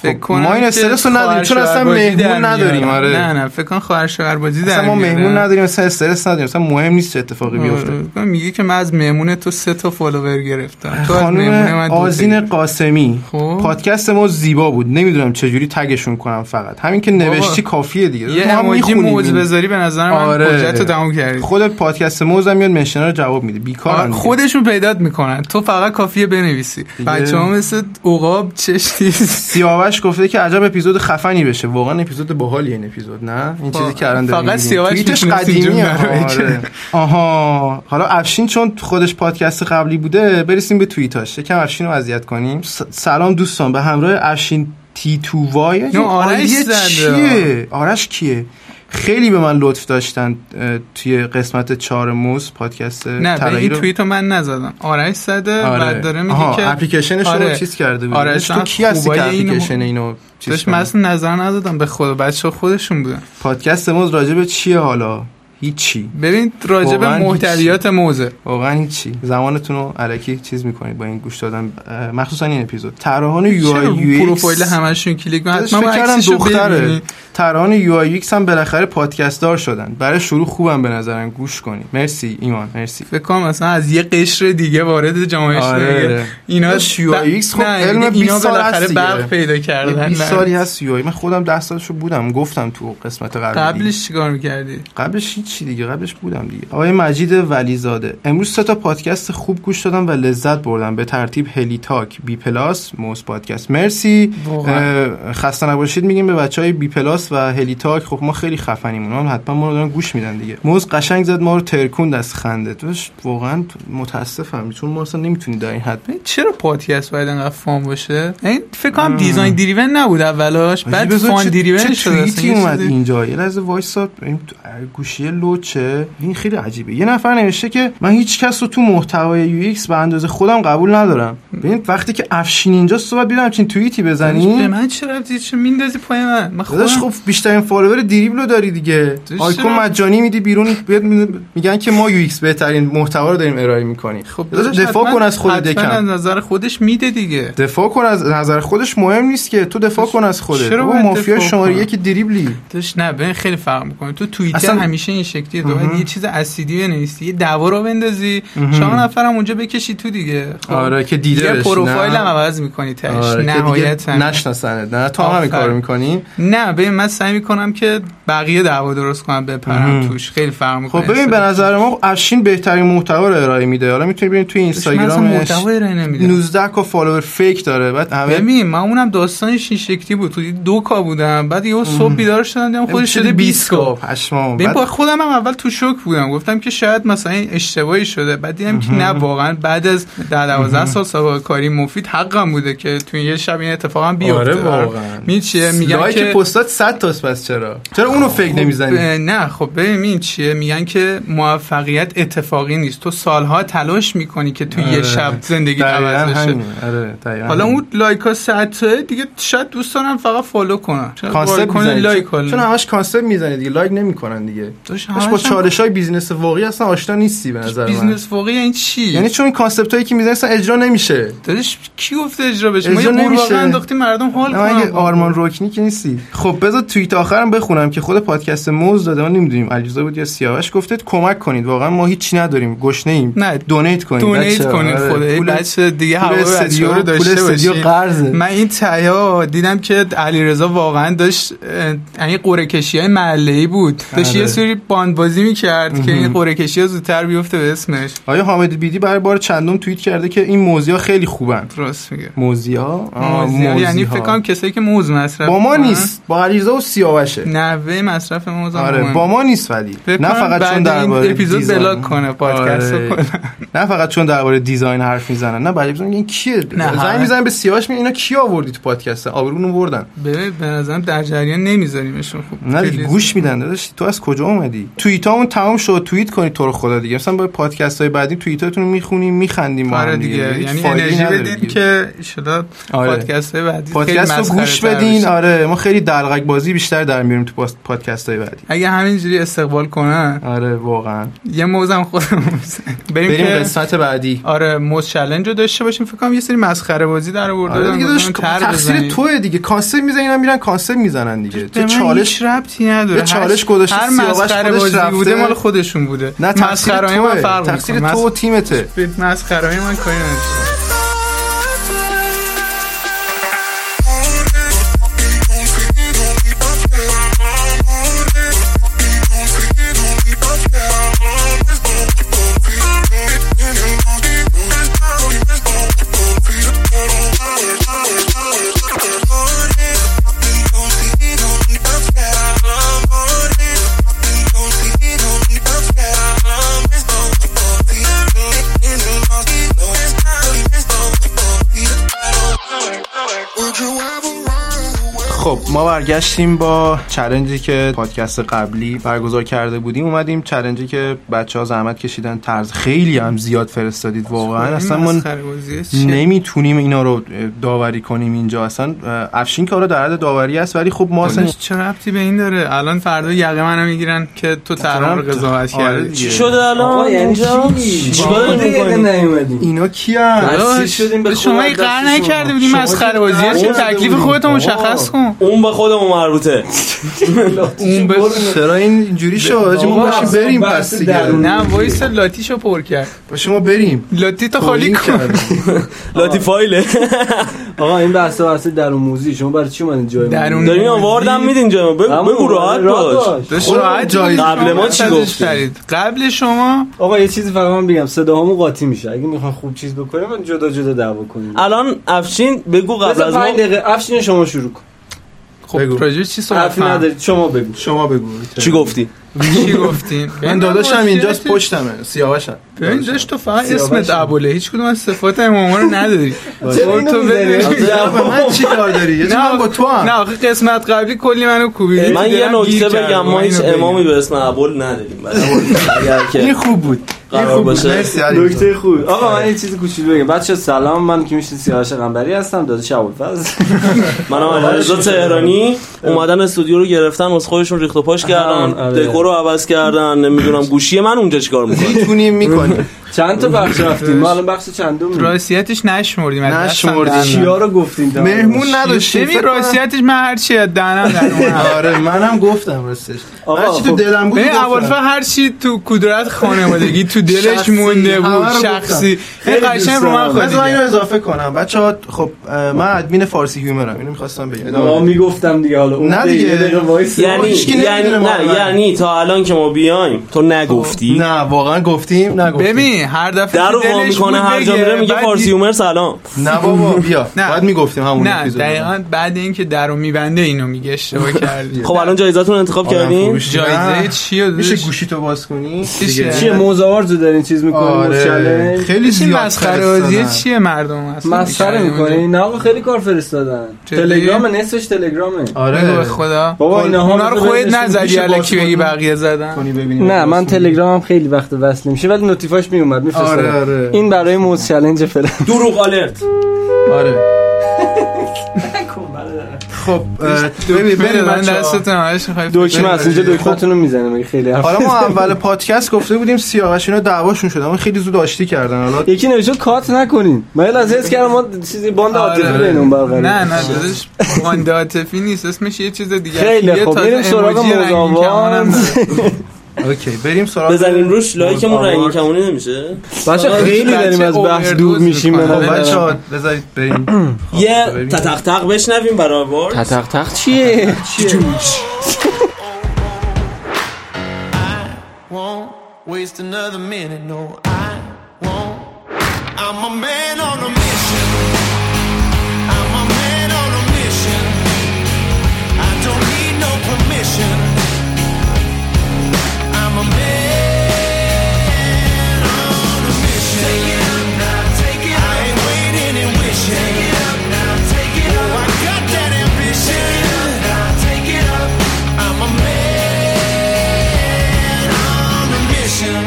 Speaker 2: فکر
Speaker 1: خب،
Speaker 2: کنم
Speaker 1: ما این
Speaker 2: که
Speaker 1: استرس رو نداریم، چون اصلا
Speaker 2: خواهرشوهربازی
Speaker 1: مهمون
Speaker 2: در میاره.
Speaker 1: نداریم، آره.
Speaker 2: نه نه فکر کنم خواهر شوهر بازی در
Speaker 1: اصلا ما
Speaker 2: میاره.
Speaker 1: مهمون نداریم اصلا استرس نداریم اصلا مهم نیست چه اتفاقی بیفته
Speaker 2: آره، فکر کنم میگه که من از مهمون تو سه تا فالوور گرفتم تو از مهمون من
Speaker 1: خانم
Speaker 2: دو تا
Speaker 1: آزین
Speaker 2: گرفتی.
Speaker 1: قاسمی
Speaker 2: خب.
Speaker 1: پادکست ما زیبا بود نمیدونم چجوری تگشون کنم فقط همین که نوشتی کافیه دیگه
Speaker 2: یه
Speaker 1: ما هم
Speaker 2: اماجی
Speaker 1: می‌خونیم
Speaker 2: موز
Speaker 1: این.
Speaker 2: بذاری به نظر من
Speaker 1: آره.
Speaker 2: حجت رو تموم کردی
Speaker 1: خود پادکست موز هم میاد منشنا رو جواب میده بیکار
Speaker 2: آره، خودشون پیدات میکنن تو فقط کافیه بنویسی بچه ها مثل اقاب چشتی
Speaker 1: سیاوش گفته که عجب اپیزود خفنی بشه واقعا اپیزود باحالی این اپیزود نه این چیزی
Speaker 2: واقعا.
Speaker 1: که الان داریم
Speaker 2: خب، فقط
Speaker 1: می‌بینیم.
Speaker 2: سیاوش
Speaker 1: توییتش
Speaker 2: می‌تونست این
Speaker 1: قدیمیه
Speaker 2: جمله رو بگه.
Speaker 1: آره. آها حالا افشین چون خودش پادکست قبلی بوده برسیم به توییتاش یکم افشین رو اذیت کنیم س- سلام دوستان به همراه افشین تی تو وای
Speaker 2: نه، آرش
Speaker 1: آیدی
Speaker 2: زده.
Speaker 1: چیه آرش کیه خیلی به من لطف داشتن اه، توی قسمت چهار موز پادکست
Speaker 2: نه به
Speaker 1: طلایی
Speaker 2: این
Speaker 1: رو
Speaker 2: توییت رو من نزدم آرش زده
Speaker 1: آره.
Speaker 2: بعد داره میگه
Speaker 1: آها،
Speaker 2: که
Speaker 1: اپلیکیشنش رو
Speaker 2: آره.
Speaker 1: چیز کرده بود
Speaker 2: آره،
Speaker 1: آره تو
Speaker 2: اصلا
Speaker 1: کی هستی
Speaker 2: خوبای
Speaker 1: که
Speaker 2: این-
Speaker 1: اپلیکیشن اینو چیز
Speaker 2: داشت
Speaker 1: کنه؟
Speaker 2: من اصلا نظر ندادم به خدا بچه خودشون بودن
Speaker 1: پادکست موز راجع به چیه حالا هیچی
Speaker 2: ببین راجع به
Speaker 1: واقعاً
Speaker 2: محتویات موزه
Speaker 1: واقعا هیچی زمانتون رو علکی چیز میکنید با این گوش دادن اه، مخصوصا این اپیزود طراحان یو
Speaker 2: چرا
Speaker 1: آی
Speaker 2: رو
Speaker 1: یو
Speaker 2: پروفایل همشون کلیک کن
Speaker 1: داداش،
Speaker 2: حتما
Speaker 1: فکر
Speaker 2: با
Speaker 1: کردم
Speaker 2: عکسشو
Speaker 1: دختره.
Speaker 2: ببینی.
Speaker 1: طراحان یو آی ایکس هم بالاخره پادکست دار شدن برای شروع خوبم به نظرم گوش کنید مرسی ایمان مرسی
Speaker 2: فکر کنم مثلا از یه قشر دیگه وارد جامعه
Speaker 1: آره.
Speaker 2: شده دیگه. اینا
Speaker 1: داداش، UIX خب
Speaker 2: نه،
Speaker 1: علم
Speaker 2: اینا
Speaker 1: 20 سال
Speaker 2: بالاخره
Speaker 1: هست دیگه.
Speaker 2: برق پیدا کردن
Speaker 1: 20
Speaker 2: نه.
Speaker 1: سالی هست یو آی من خودم 10 سالشو بودم گفتم تو قسمت قبلی
Speaker 2: قبلش چیکار میکردی
Speaker 1: قبلش هیچی دیگه قبلش بودم دیگه آقای مجید ولیزاده امروز سه تا پادکست خوب گوش دادم و لذت بردم به ترتیب هلی تاک بی پلاس موس پادکست مرسی
Speaker 2: واقعاً.
Speaker 1: اه، خسته نباشید میگیم به بچه های بی پلاس و هلی تاک خب ما خیلی خفنیم اونا هم حتما ما رو دارن گوش میدن دیگه موز قشنگ زد ما رو ترکوند از خنده توش واقعا متاسفم چون ما اصلا نمیتونیم در این حد بریم.
Speaker 2: چرا پادکست باید انقدر فان باشه این فکر کنم
Speaker 1: مم.
Speaker 2: دیزاین دریون نبود اولاش بعد
Speaker 1: بذار
Speaker 2: فان
Speaker 1: چه-
Speaker 2: دریون
Speaker 1: چه
Speaker 2: شده
Speaker 1: توییتی
Speaker 2: اصلا یه
Speaker 1: اومد
Speaker 2: چیزی-
Speaker 1: اینجا یه لحظه وایسا این تو- گوشی لوچه این خیلی عجیبه یه نفر نوشته که من هیچ کس رو تو محتوای یو ایکس به اندازه خودم قبول ندارم ببین وقتی که افشین اینجاست تو باید بیرم همچین توییتی
Speaker 2: به
Speaker 1: بزنی
Speaker 2: من چه رفتی چه میندازی پای من من خودم
Speaker 1: یعنی؟ داداش خب بیشترین فالوور دریبل رو داری دیگه
Speaker 2: داداش
Speaker 1: آیکون
Speaker 2: چرا؟
Speaker 1: مجانی میدی بیرون بیاد می- میگن که ما یو ایکس بهترین محتوا رو داریم ارائه میکنیم
Speaker 2: خب
Speaker 1: داداش
Speaker 2: داداش
Speaker 1: دفاع
Speaker 2: حتما-
Speaker 1: کن از خودت
Speaker 2: حتما
Speaker 1: یکم
Speaker 2: از نظر خودش میده دیگه
Speaker 1: دفاع کن از نظر خودش مهم نیست که تو دفاع کن از خودت
Speaker 2: چرا
Speaker 1: تو
Speaker 2: باید
Speaker 1: مافیا
Speaker 2: دفاع
Speaker 1: شماره
Speaker 2: کنم؟
Speaker 1: یک دریبلی
Speaker 2: داشت نه ببین خیلی فرق میکنه تو توییتر
Speaker 1: اصلا-
Speaker 2: همیشه این شکلیه تو
Speaker 1: مهم.
Speaker 2: باید یه چیز اسیدی بنویسی یه دعوا رو بندازی
Speaker 1: مهم.
Speaker 2: چهار نفرم اونجا بکشی تو دیگه خب،
Speaker 1: آره که دیده
Speaker 2: یه
Speaker 1: بشی،
Speaker 2: پروفایل
Speaker 1: نه.
Speaker 2: هم عوض میکنی تش
Speaker 1: آره، که دیگه
Speaker 2: نهایت
Speaker 1: نشناسنت نه تو هم همین
Speaker 2: آفرین.
Speaker 1: کارو میکنی
Speaker 2: نه ببین من سعی میکنم که بقیه دعوا درست کنم
Speaker 1: مهم.
Speaker 2: بپرم توش خیلی فرق میکنه
Speaker 1: خب ببین به نظر ما افشین بهترین محتوا رو ارائه میده حالا میتونی ببینید توی اینستاگرامش
Speaker 2: اینستاگرامش
Speaker 1: 19 کا فالوور فیک داره بعد همه
Speaker 2: ببین من اونم داستانش این شکلی بود تو دو کا بودم بعد یهو صبح بیدار شدم دیدم خودش شده 20 کا
Speaker 1: پشمام
Speaker 2: ببین
Speaker 1: بعد
Speaker 2: با خودم هم اول تو شوک بودم گفتم که شاید مثلا این اشتباهی شده بعد دیدم که نه واقعا بعد از در 12 سال سابقه کاری مفید حقم بوده که تو یه شب این اتفاقا بیفته
Speaker 1: آره واقعا
Speaker 2: می چیه میگن
Speaker 1: لایک
Speaker 2: که
Speaker 1: پستات 100 تاست پس چرا چرا اونو فیک
Speaker 2: خب،
Speaker 1: نمیزنی
Speaker 2: اه، نه خب ببین این چیه میگن که موفقیت اتفاقی نیست تو سالها تلاش میکنی که تو
Speaker 1: آره.
Speaker 2: یه شب زندگی
Speaker 1: دقیقاً
Speaker 2: عوض بشه
Speaker 1: همینه. آره دقیقاً
Speaker 2: حالا
Speaker 1: همینه.
Speaker 2: اون لایک ها ساعته دیگه شاید دوستانم فقط فالو کنن شاید
Speaker 1: کانسپت
Speaker 2: بالکن
Speaker 1: میزنی.
Speaker 2: لایک
Speaker 1: چون
Speaker 2: حالا.
Speaker 1: چون همش کانسپت میزنه دیگه لایک نمیکنن دیگه
Speaker 2: داشت
Speaker 1: داش با
Speaker 2: همش هم
Speaker 1: چالش های بیزینس واقعی اصلا آشنا نیستی به نظر من
Speaker 2: بیزنس واقعی این چی
Speaker 1: یعنی چون کانسپت هایی که میزنی اصلا اجرا نمیشه
Speaker 2: دادش کی گفته اجرا بشه ما یه
Speaker 1: اجرا
Speaker 2: قورباغه
Speaker 1: نمیشه.
Speaker 2: انداختیم مردم حال
Speaker 1: نه من
Speaker 2: کنن
Speaker 1: اگه آرمان روکنی که نیستی خب بذار توییت آخرم بخونم که خود پادکست موز داده ما نمیدونیم علیرضا بود یا سیاوش گفته کمک کنید واقعا ما هیچی نداریم گشنه ایم
Speaker 2: نه
Speaker 1: دونیت کنید
Speaker 2: دونیت
Speaker 1: بچه‌ها.
Speaker 2: کنید
Speaker 1: آره.
Speaker 2: خود ای
Speaker 1: پول
Speaker 2: بچه دیگه
Speaker 1: پول
Speaker 2: هوا بچه‌ها
Speaker 1: استودیو
Speaker 2: رو
Speaker 1: پول
Speaker 2: داشته
Speaker 1: استودیو
Speaker 2: باشید
Speaker 1: قرضه
Speaker 2: من این تیا دیدم که علیرضا واقعا داشت اه، یعنی قرعه کشی های محله ای بود داشت
Speaker 1: آره.
Speaker 2: یه سری با باند بازی میکرد که این قرعه کشی زودتر بیفته به اسمش
Speaker 1: آیا حامد بیدی برای بار چندم توییت کرده که این موزیا خیلی خوبن
Speaker 2: درست میگه
Speaker 1: موزیا آه،
Speaker 2: موزی ها. یعنی
Speaker 1: موزی‌ها.
Speaker 2: فکر کنم کسایی که موز مصرف
Speaker 1: با ما
Speaker 2: می‌کنن،
Speaker 1: نیست با علیرضا و سیاوشه
Speaker 2: نحوه مصرف موز هم
Speaker 1: آره
Speaker 2: مهمه.
Speaker 1: با ما نیست ولی
Speaker 2: فکر
Speaker 1: نه
Speaker 2: کنم
Speaker 1: فقط
Speaker 2: بعد
Speaker 1: چون
Speaker 2: این
Speaker 1: درباره
Speaker 2: اپیزود
Speaker 1: دیزاین.
Speaker 2: بلاک کنه پادکست رو
Speaker 1: آره.
Speaker 2: کنه.
Speaker 1: نه فقط چون درباره دیزاین حرف میزنن نه بعد میگن این کیه
Speaker 2: نه،
Speaker 1: زنگ
Speaker 2: همه.
Speaker 1: میزنن به سیاوش میگن اینا کی آوردی تو پادکست آبرونو بردن
Speaker 2: ببین به نظرم در جریان نمیذاریمشون خوب
Speaker 1: نه دیگه،
Speaker 2: خیلی-
Speaker 1: گوش میدن داداش تو از کجا اومدی توییتامون تمام شد توییت کنید تو رو خدا دیگه مثلا با پادکست های بعدی توییتاتون رو میخونیم میخندیم با
Speaker 2: آره
Speaker 1: هم دیگه,
Speaker 2: دیگه
Speaker 1: هیچ
Speaker 2: یعنی
Speaker 1: فایده‌ای
Speaker 2: انرژی
Speaker 1: نداره
Speaker 2: بدین
Speaker 1: دیگه.
Speaker 2: که شده
Speaker 1: آره.
Speaker 2: پادکست های بعدی
Speaker 1: پادکست رو گوش بدین آره ما خیلی دلغک بازی بیشتر در میاریم تو پاس- پادکست های بعدی
Speaker 2: اگه همینجوری استقبال کنن
Speaker 1: آره واقعا
Speaker 2: یه موزم خودمون بزنیم. بریم,
Speaker 1: بریم
Speaker 2: که
Speaker 1: قسمت بعدی
Speaker 2: آره موز چلنج رو داشته باشیم فکر کنم یه سری مسخره بازی در آورده
Speaker 1: آره دیگه داداش، تقصیر
Speaker 2: تقصیر
Speaker 1: توه دیگه کانسل میزنن اینا میرن کانسل میزنن دیگه تو چالش
Speaker 2: ربطی نداره
Speaker 1: یه چالش گذاشتی،
Speaker 2: هر
Speaker 1: سیاوش
Speaker 2: مسخره
Speaker 1: خودش
Speaker 2: بازی
Speaker 1: رفته.
Speaker 2: بوده مال خودشون بوده
Speaker 1: نه تقصیر
Speaker 2: مسخره‌های من
Speaker 1: توه
Speaker 2: فرق
Speaker 1: تقصیر
Speaker 2: می‌کنه.
Speaker 1: تو و تیمته
Speaker 2: مس- مسخره های من کاری نداشته
Speaker 1: خب ما برگشتیم با چلنجی که پادکست قبلی برگزار کرده بودیم اومدیم چلنجی که بچه ها زحمت کشیدن طرز خیلی هم زیاد فرستادید واقعا اصلا ما
Speaker 2: مسخره بازیه چیه؟
Speaker 1: نمیتونیم اینا رو داوری کنیم اینجا اصلا اه، افشین که آره در حد داوری است ولی خب ما اصلا
Speaker 2: داداش، چه ربطی به این داره الان فردا یقه منو میگیرن که تو تهران رو قضاوت
Speaker 1: آره
Speaker 2: کردی
Speaker 1: دیگه.
Speaker 3: چی شده الان
Speaker 4: آقا یعنی
Speaker 3: اینجا
Speaker 4: چی؟
Speaker 3: چیکار
Speaker 4: چیکار دقیقه
Speaker 3: می‌کنی
Speaker 4: نیومدی
Speaker 1: اینا کیان
Speaker 4: داداش،
Speaker 2: داداش،
Speaker 4: شدیم
Speaker 1: بله،
Speaker 4: به
Speaker 2: شما این قرار
Speaker 4: خدا دست شما.
Speaker 2: نکرده بودی
Speaker 4: شما
Speaker 2: مسخره
Speaker 4: که
Speaker 2: بازی
Speaker 4: قرار
Speaker 2: چه
Speaker 4: کرده
Speaker 2: تکلیف
Speaker 4: بودی.
Speaker 2: خودتو
Speaker 4: آقا.
Speaker 2: مشخص کن
Speaker 3: اون به خودمون مربوطه
Speaker 2: اون به
Speaker 1: چرا این اینجوری شد آجی، ما
Speaker 4: بابا،
Speaker 1: باشیم بریم
Speaker 4: بحث
Speaker 1: پس دیگه
Speaker 4: درونی.
Speaker 2: نه وایس لاتیشو پر کرد
Speaker 1: باشیم ما بریم
Speaker 2: لاتی تو خالی
Speaker 1: توهین
Speaker 2: کن
Speaker 1: کردن.
Speaker 3: لاتی فایله
Speaker 4: آقا این بحث بحث درون موزی شما برای چی من جای ما؟ آره،
Speaker 2: درون
Speaker 3: داریم آواردم میدین جا
Speaker 4: اما
Speaker 3: بگو راحت باش
Speaker 2: داداش،
Speaker 1: خودمون
Speaker 2: راحت
Speaker 1: جایی.
Speaker 2: شما
Speaker 3: قبل ما چی
Speaker 2: ازش
Speaker 3: گفتی؟
Speaker 2: خرید. قبل شما
Speaker 4: آقا یه چیزی فقط من بگم صداهامو قاطی میشه اگه میخوان خوب چیز بکنه من جدا جدا دعوا کنیم
Speaker 3: الان افشین بگو قبل
Speaker 4: بذار
Speaker 3: از ما
Speaker 4: پنج دقیقه افشین شما شروع کن
Speaker 1: بگو.
Speaker 2: خب راجع به چی صحبت
Speaker 4: حرفی
Speaker 2: کنم؟
Speaker 4: ندارید شما بگو
Speaker 1: شما بگو
Speaker 3: چی گفتی
Speaker 2: چی گفتین
Speaker 1: من داداشم اینجاست پشتمه سیاوشم
Speaker 2: ببین داشت تو فقط
Speaker 4: سیاوشم.
Speaker 2: اسمت ابوله هیچ کدوم از صفات اماما رو نداری
Speaker 4: چرا اینو
Speaker 2: تو
Speaker 4: می‌زنی؟
Speaker 2: ببین.
Speaker 1: نه، به من چی کار داری یه چی
Speaker 2: نه،
Speaker 1: من با تو
Speaker 2: نه
Speaker 1: هم
Speaker 2: آخه قسمت قبلی کلی منو کوبیدی
Speaker 3: من
Speaker 2: تو
Speaker 3: یه
Speaker 2: دلم گیر
Speaker 3: نکته
Speaker 2: کرد.
Speaker 3: بگم ما
Speaker 2: اینو
Speaker 3: هیچ
Speaker 2: بگم.
Speaker 3: امامی به اسم ابول نداریم برای اگر
Speaker 1: این
Speaker 3: که
Speaker 1: خوب بود این
Speaker 3: قرار
Speaker 1: خوب بود
Speaker 3: باشه.
Speaker 1: مرسی علی
Speaker 4: نکته خوب آقا من یه چیز کوچولو بگم بچه سلام من که میشه سیاوش قنبری هستم داده شب فاز
Speaker 3: منم علیرضا تهرانی اومدن استودیو رو گرفتن از خودشون ریخت و پاش
Speaker 4: آها،
Speaker 3: کردن
Speaker 4: آره.
Speaker 3: دکور رو عوض کردن نمیدونم گوشی من اونجا چیکار میکنه
Speaker 1: میتونیم میکنیم
Speaker 4: چند تا بخش رفتیم ما الان بخش چندم می‌ریم؟
Speaker 2: راسیتش نشمردیم از دستم
Speaker 1: نشمردیم.
Speaker 2: در اومد.
Speaker 4: چیا رو گفتیم تا حالا؟
Speaker 1: مهمون نداشتیم
Speaker 2: ببین راسیتش من هر چی از دهنم در اومد
Speaker 1: آره منم گفتم راستش
Speaker 4: آقا،
Speaker 1: هرچی تو
Speaker 4: خب،
Speaker 1: دلم بود
Speaker 2: ببین اولفا
Speaker 1: گفتم
Speaker 2: هر چی تو کدرت خانوادگی تو دلش
Speaker 1: شخصی،
Speaker 2: مونده
Speaker 1: همه رو
Speaker 2: بود
Speaker 1: گفتم.
Speaker 2: شخصی این
Speaker 4: خیلی
Speaker 2: قشنگ
Speaker 4: دوست
Speaker 2: رو من
Speaker 4: دارم.
Speaker 1: بذار من
Speaker 2: خود
Speaker 1: اینو اضافه کنم بچه ها خب اه، من ادمین فارسی هیومرم اینو میخواستم بگم
Speaker 4: آقا
Speaker 1: ادامه.
Speaker 4: میگفتم دیگه حالا اون
Speaker 1: نه
Speaker 4: دیگه
Speaker 1: دیگه.
Speaker 4: یه دقیقه وایس
Speaker 3: یعنی
Speaker 1: هیچکی
Speaker 3: یعنی
Speaker 1: نمی‌دونه ما
Speaker 3: نه
Speaker 1: رو.
Speaker 3: یعنی تا الان که ما بیایم تو نگفتی
Speaker 1: نه واقعا گفتیم نگفتیم
Speaker 2: ببین هر دفعه
Speaker 3: در
Speaker 2: که
Speaker 3: رو وا
Speaker 2: دلش
Speaker 3: میکنه
Speaker 2: بود
Speaker 3: هر جا
Speaker 2: بگه.
Speaker 3: میره میگه
Speaker 2: بعد
Speaker 3: فارسی
Speaker 2: دی-
Speaker 3: اومر سلام
Speaker 1: نه بابا بیا
Speaker 2: نه.
Speaker 1: بعد میگفتیم همون
Speaker 2: نه
Speaker 1: اپیزود
Speaker 2: دقیقا بعد اینکه در رو میبنده اینو میگه اشتباه کردی
Speaker 3: خب الان جایزتون انتخاب
Speaker 1: آدم
Speaker 3: کردین
Speaker 1: فروش.
Speaker 2: جایزه
Speaker 1: نه.
Speaker 2: چیه
Speaker 1: میشه
Speaker 2: داداش؟
Speaker 1: گوشی تو باز کنی
Speaker 2: میشه.
Speaker 1: دیگه.
Speaker 4: چیه موزارز رو دارین چیز
Speaker 1: آره
Speaker 4: میکنین
Speaker 1: خیلی
Speaker 2: چی
Speaker 1: زیاد
Speaker 2: مسخره بازیه
Speaker 1: فرستادن.
Speaker 2: چیه مردم اصلا
Speaker 4: خب، مسخره
Speaker 2: می‌کردن
Speaker 4: میکنی نه آقا خیلی کار فرستادن
Speaker 2: جدی؟
Speaker 4: تلگرام نصفش تلگرامه
Speaker 2: اونجا؟ بگو به
Speaker 1: آره
Speaker 2: خدا
Speaker 4: بابا اینها
Speaker 2: خب، اونا رو خودت
Speaker 4: بذارینشون
Speaker 2: نزدی
Speaker 4: گوشه باز
Speaker 2: الکی بگی
Speaker 4: کنن.
Speaker 2: بقیه زدن
Speaker 1: کنی ببینیم
Speaker 4: نه من تلگرامم خیلی وقت وصل میشه ولی نوتیفاش میومد میفرستم
Speaker 1: آره، آره.
Speaker 4: این برای موز چلنج فلان
Speaker 3: دروغ آلرت
Speaker 1: آره خب اه، ببین بریم
Speaker 2: من
Speaker 1: بچه‌ها.
Speaker 2: دستتون همش می‌خوای
Speaker 4: دکمه است اینجا دکمتون رو میزنه مگه خیلی حرف
Speaker 1: حالا آره، ما اول پادکست گفته بودیم سیاوش اینا دعواشون شد اما خیلی زود آشتی کردن حالا
Speaker 4: یکی نوشته کات نکنین من یه لحظه حس کردم ما چیزی باند عاطفی بین اون برقرار
Speaker 2: آره، نه نه دادش باند عاطفی نیست اسمش یه چیز دیگه
Speaker 4: خیلی
Speaker 2: یه
Speaker 4: خب،
Speaker 2: تازه
Speaker 4: بریم سراغ
Speaker 2: اموجی رنگی
Speaker 4: مزاوات.
Speaker 2: کمانم داره.
Speaker 1: اوکی بریم سراغ
Speaker 3: بزنیم روش لایکمون
Speaker 1: آوارد.
Speaker 3: رنگی کمونی نمیشه
Speaker 4: بچه خیلی
Speaker 2: بچه
Speaker 4: داریم از بحث
Speaker 2: overdose
Speaker 4: دور میشیم به
Speaker 2: می‌کنه.
Speaker 1: خب
Speaker 4: نظر
Speaker 1: بچه
Speaker 4: من.
Speaker 1: ها بذارید بریم
Speaker 3: یه تتق تق بشنویم برای آوارد
Speaker 4: تق تق چیه
Speaker 3: I
Speaker 5: waste another minute. No, I won't. I'm a man on a mission. I'm a man on a mission. I don't need no permission. I'm a man on a mission. Take it up now, take it I ain't waiting and wishing. Take it up now, take it up. Oh, I got that ambition. Take it up now, take it up. I'm a man on a mission.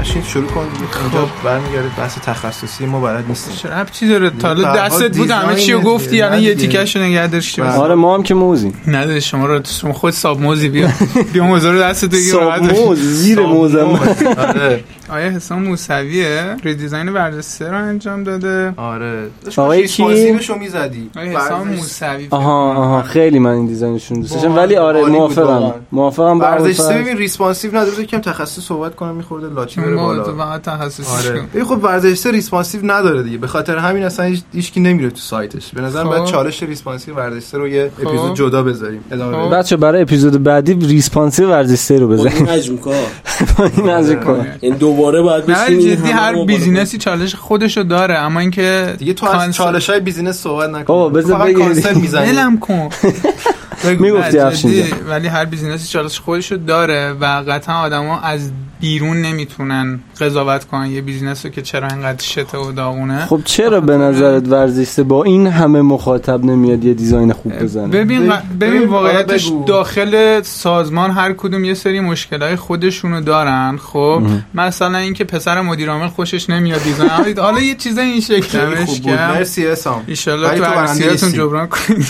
Speaker 1: اشین شروع کن اینجا
Speaker 4: خب.
Speaker 1: برمیگرده بحث تخصصی ما بلد نیستیم
Speaker 2: چرا ربطی داره تا
Speaker 1: به
Speaker 2: حالا
Speaker 1: هر حال
Speaker 2: دستت بود همه چی رو
Speaker 1: دیزاینه
Speaker 2: گفتی
Speaker 1: دیگه.
Speaker 2: یعنی
Speaker 1: نه
Speaker 2: یه
Speaker 1: دیگه.
Speaker 2: تیکش رو نگه داشتی
Speaker 1: بله.
Speaker 4: آره ما هم که موزیم
Speaker 2: نداره شما رو شما خود ساب موزی بیا بیا موزه رو دستت بگیر راحت باش.
Speaker 4: موز زیر موزم
Speaker 1: خب. آره
Speaker 2: آیا حسام موسویه ریدیزاین ورزسه رو انجام داده
Speaker 1: آره
Speaker 4: آقای کی؟
Speaker 1: پاسیبشو میزدی
Speaker 2: آیا حسام
Speaker 1: ورزش-
Speaker 2: موسوی
Speaker 4: آها آها خیلی من این دیزاینشون دوست داشتم
Speaker 1: واقعا
Speaker 4: ولی آره
Speaker 1: عالی بود واقعا.
Speaker 4: موافقم موافقم با
Speaker 1: ورزش
Speaker 4: ابوالفضل.
Speaker 1: سه ببین ریسپانسیو نداره بذار یکم تخصص صحبت کنم میخورده لاچی بره
Speaker 2: ما تو
Speaker 1: بالا
Speaker 2: فقط تخصصیش
Speaker 1: آره
Speaker 2: کن
Speaker 1: ببین خب ورزش سه ریسپانسیو نداره دیگه به خاطر همین اصلا هیچ هیچکی نمیره تو سایتش به نظر
Speaker 2: خب.
Speaker 1: باید چالش ریسپانسیو ورزش سه رو یه
Speaker 2: خب.
Speaker 1: اپیزود جدا بذاریم ادامه
Speaker 2: خب.
Speaker 1: بدیم.
Speaker 4: بچه برای اپیزود بعدی ریسپانسی ورزشی رو
Speaker 3: با
Speaker 4: بزنیم
Speaker 3: خب، این حجم کار
Speaker 4: این از این کار.
Speaker 3: این دوباره باید
Speaker 2: نه
Speaker 3: بشینی
Speaker 2: جدی هر بیزینسی چالش خودشو داره اما اینکه
Speaker 1: دیگه تو از
Speaker 2: کانس-
Speaker 1: چالش های بیزینس صحبت نکن
Speaker 4: بابا،
Speaker 1: تو
Speaker 4: بذار
Speaker 1: فقط
Speaker 4: بگیم.
Speaker 1: کانسل میزنی
Speaker 2: ولم کن بگو.
Speaker 4: میگفتی
Speaker 2: نه،
Speaker 4: افشین
Speaker 2: جدی، ولی هر بیزینسی چالش خودشو داره و قطعا آدما از بیرون نمیتونن قضاوت کنن یه بیزینس رو که چرا انقدر شته و داغونه
Speaker 4: خب چرا به نظرت ورزشی با این همه مخاطب نمیاد یه دیزاین خوب بزنه
Speaker 2: ببین
Speaker 1: ببین-
Speaker 2: ببین
Speaker 1: ببین،
Speaker 2: واقعیتش
Speaker 1: حالا بگو.
Speaker 2: داخل سازمان هر کدوم یه سری مشکلای خودشونو دارن خب مثلا اینکه پسر مدیر عامل خوشش نمیاد دیزاین حالا یه چیز این
Speaker 1: خیلی
Speaker 2: شکلش
Speaker 1: خوب بود
Speaker 2: که
Speaker 1: مرسی اسام
Speaker 2: ایشالله
Speaker 1: ولی
Speaker 2: تو
Speaker 1: تو برنده
Speaker 2: عکسیاتون
Speaker 1: نیستی.
Speaker 2: جبران کنید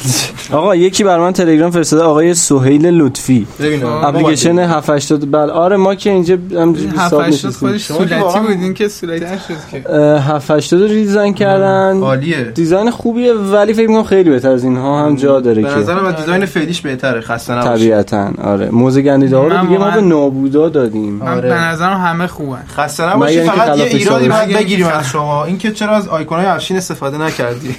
Speaker 4: آقا یکی بر من تلگرام فرستاده آقای سهیل لطفی
Speaker 1: ببین
Speaker 2: خب.
Speaker 4: اپلیکیشن 780 بل آره ما که اینجا همجوری
Speaker 2: 7
Speaker 4: ساب
Speaker 2: 80
Speaker 4: نشستیم
Speaker 2: خودش
Speaker 1: شما که
Speaker 2: صورتی
Speaker 1: واقعا-
Speaker 2: بود این که صورتی نشد که
Speaker 4: اه، 780 رو ریزاین کردن
Speaker 1: عالیه
Speaker 4: دیزاین خوبیه ولی فکر میکنم خیلی بهتر از اینها هم جا داره
Speaker 1: به
Speaker 4: که
Speaker 1: نظرم از دیزاین فعلیش بهتره خسته نباشی
Speaker 4: طبیعتا آره موزه گندیده ها
Speaker 2: من
Speaker 4: رو دیگه ما
Speaker 2: واقعا-
Speaker 4: به نابودا دادیم
Speaker 2: من
Speaker 1: آره.
Speaker 2: به نظرم همه خوبن
Speaker 1: خسته
Speaker 4: مگر
Speaker 1: نباشی
Speaker 4: اینکه
Speaker 1: فقط یه
Speaker 4: خلاف
Speaker 1: ایرادی
Speaker 4: حسابش.
Speaker 1: باید
Speaker 2: مگر اینکه
Speaker 1: بگیریم از
Speaker 2: خلاف-
Speaker 1: شما اینکه چرا از آیکون‌های افشین استفاده نکردی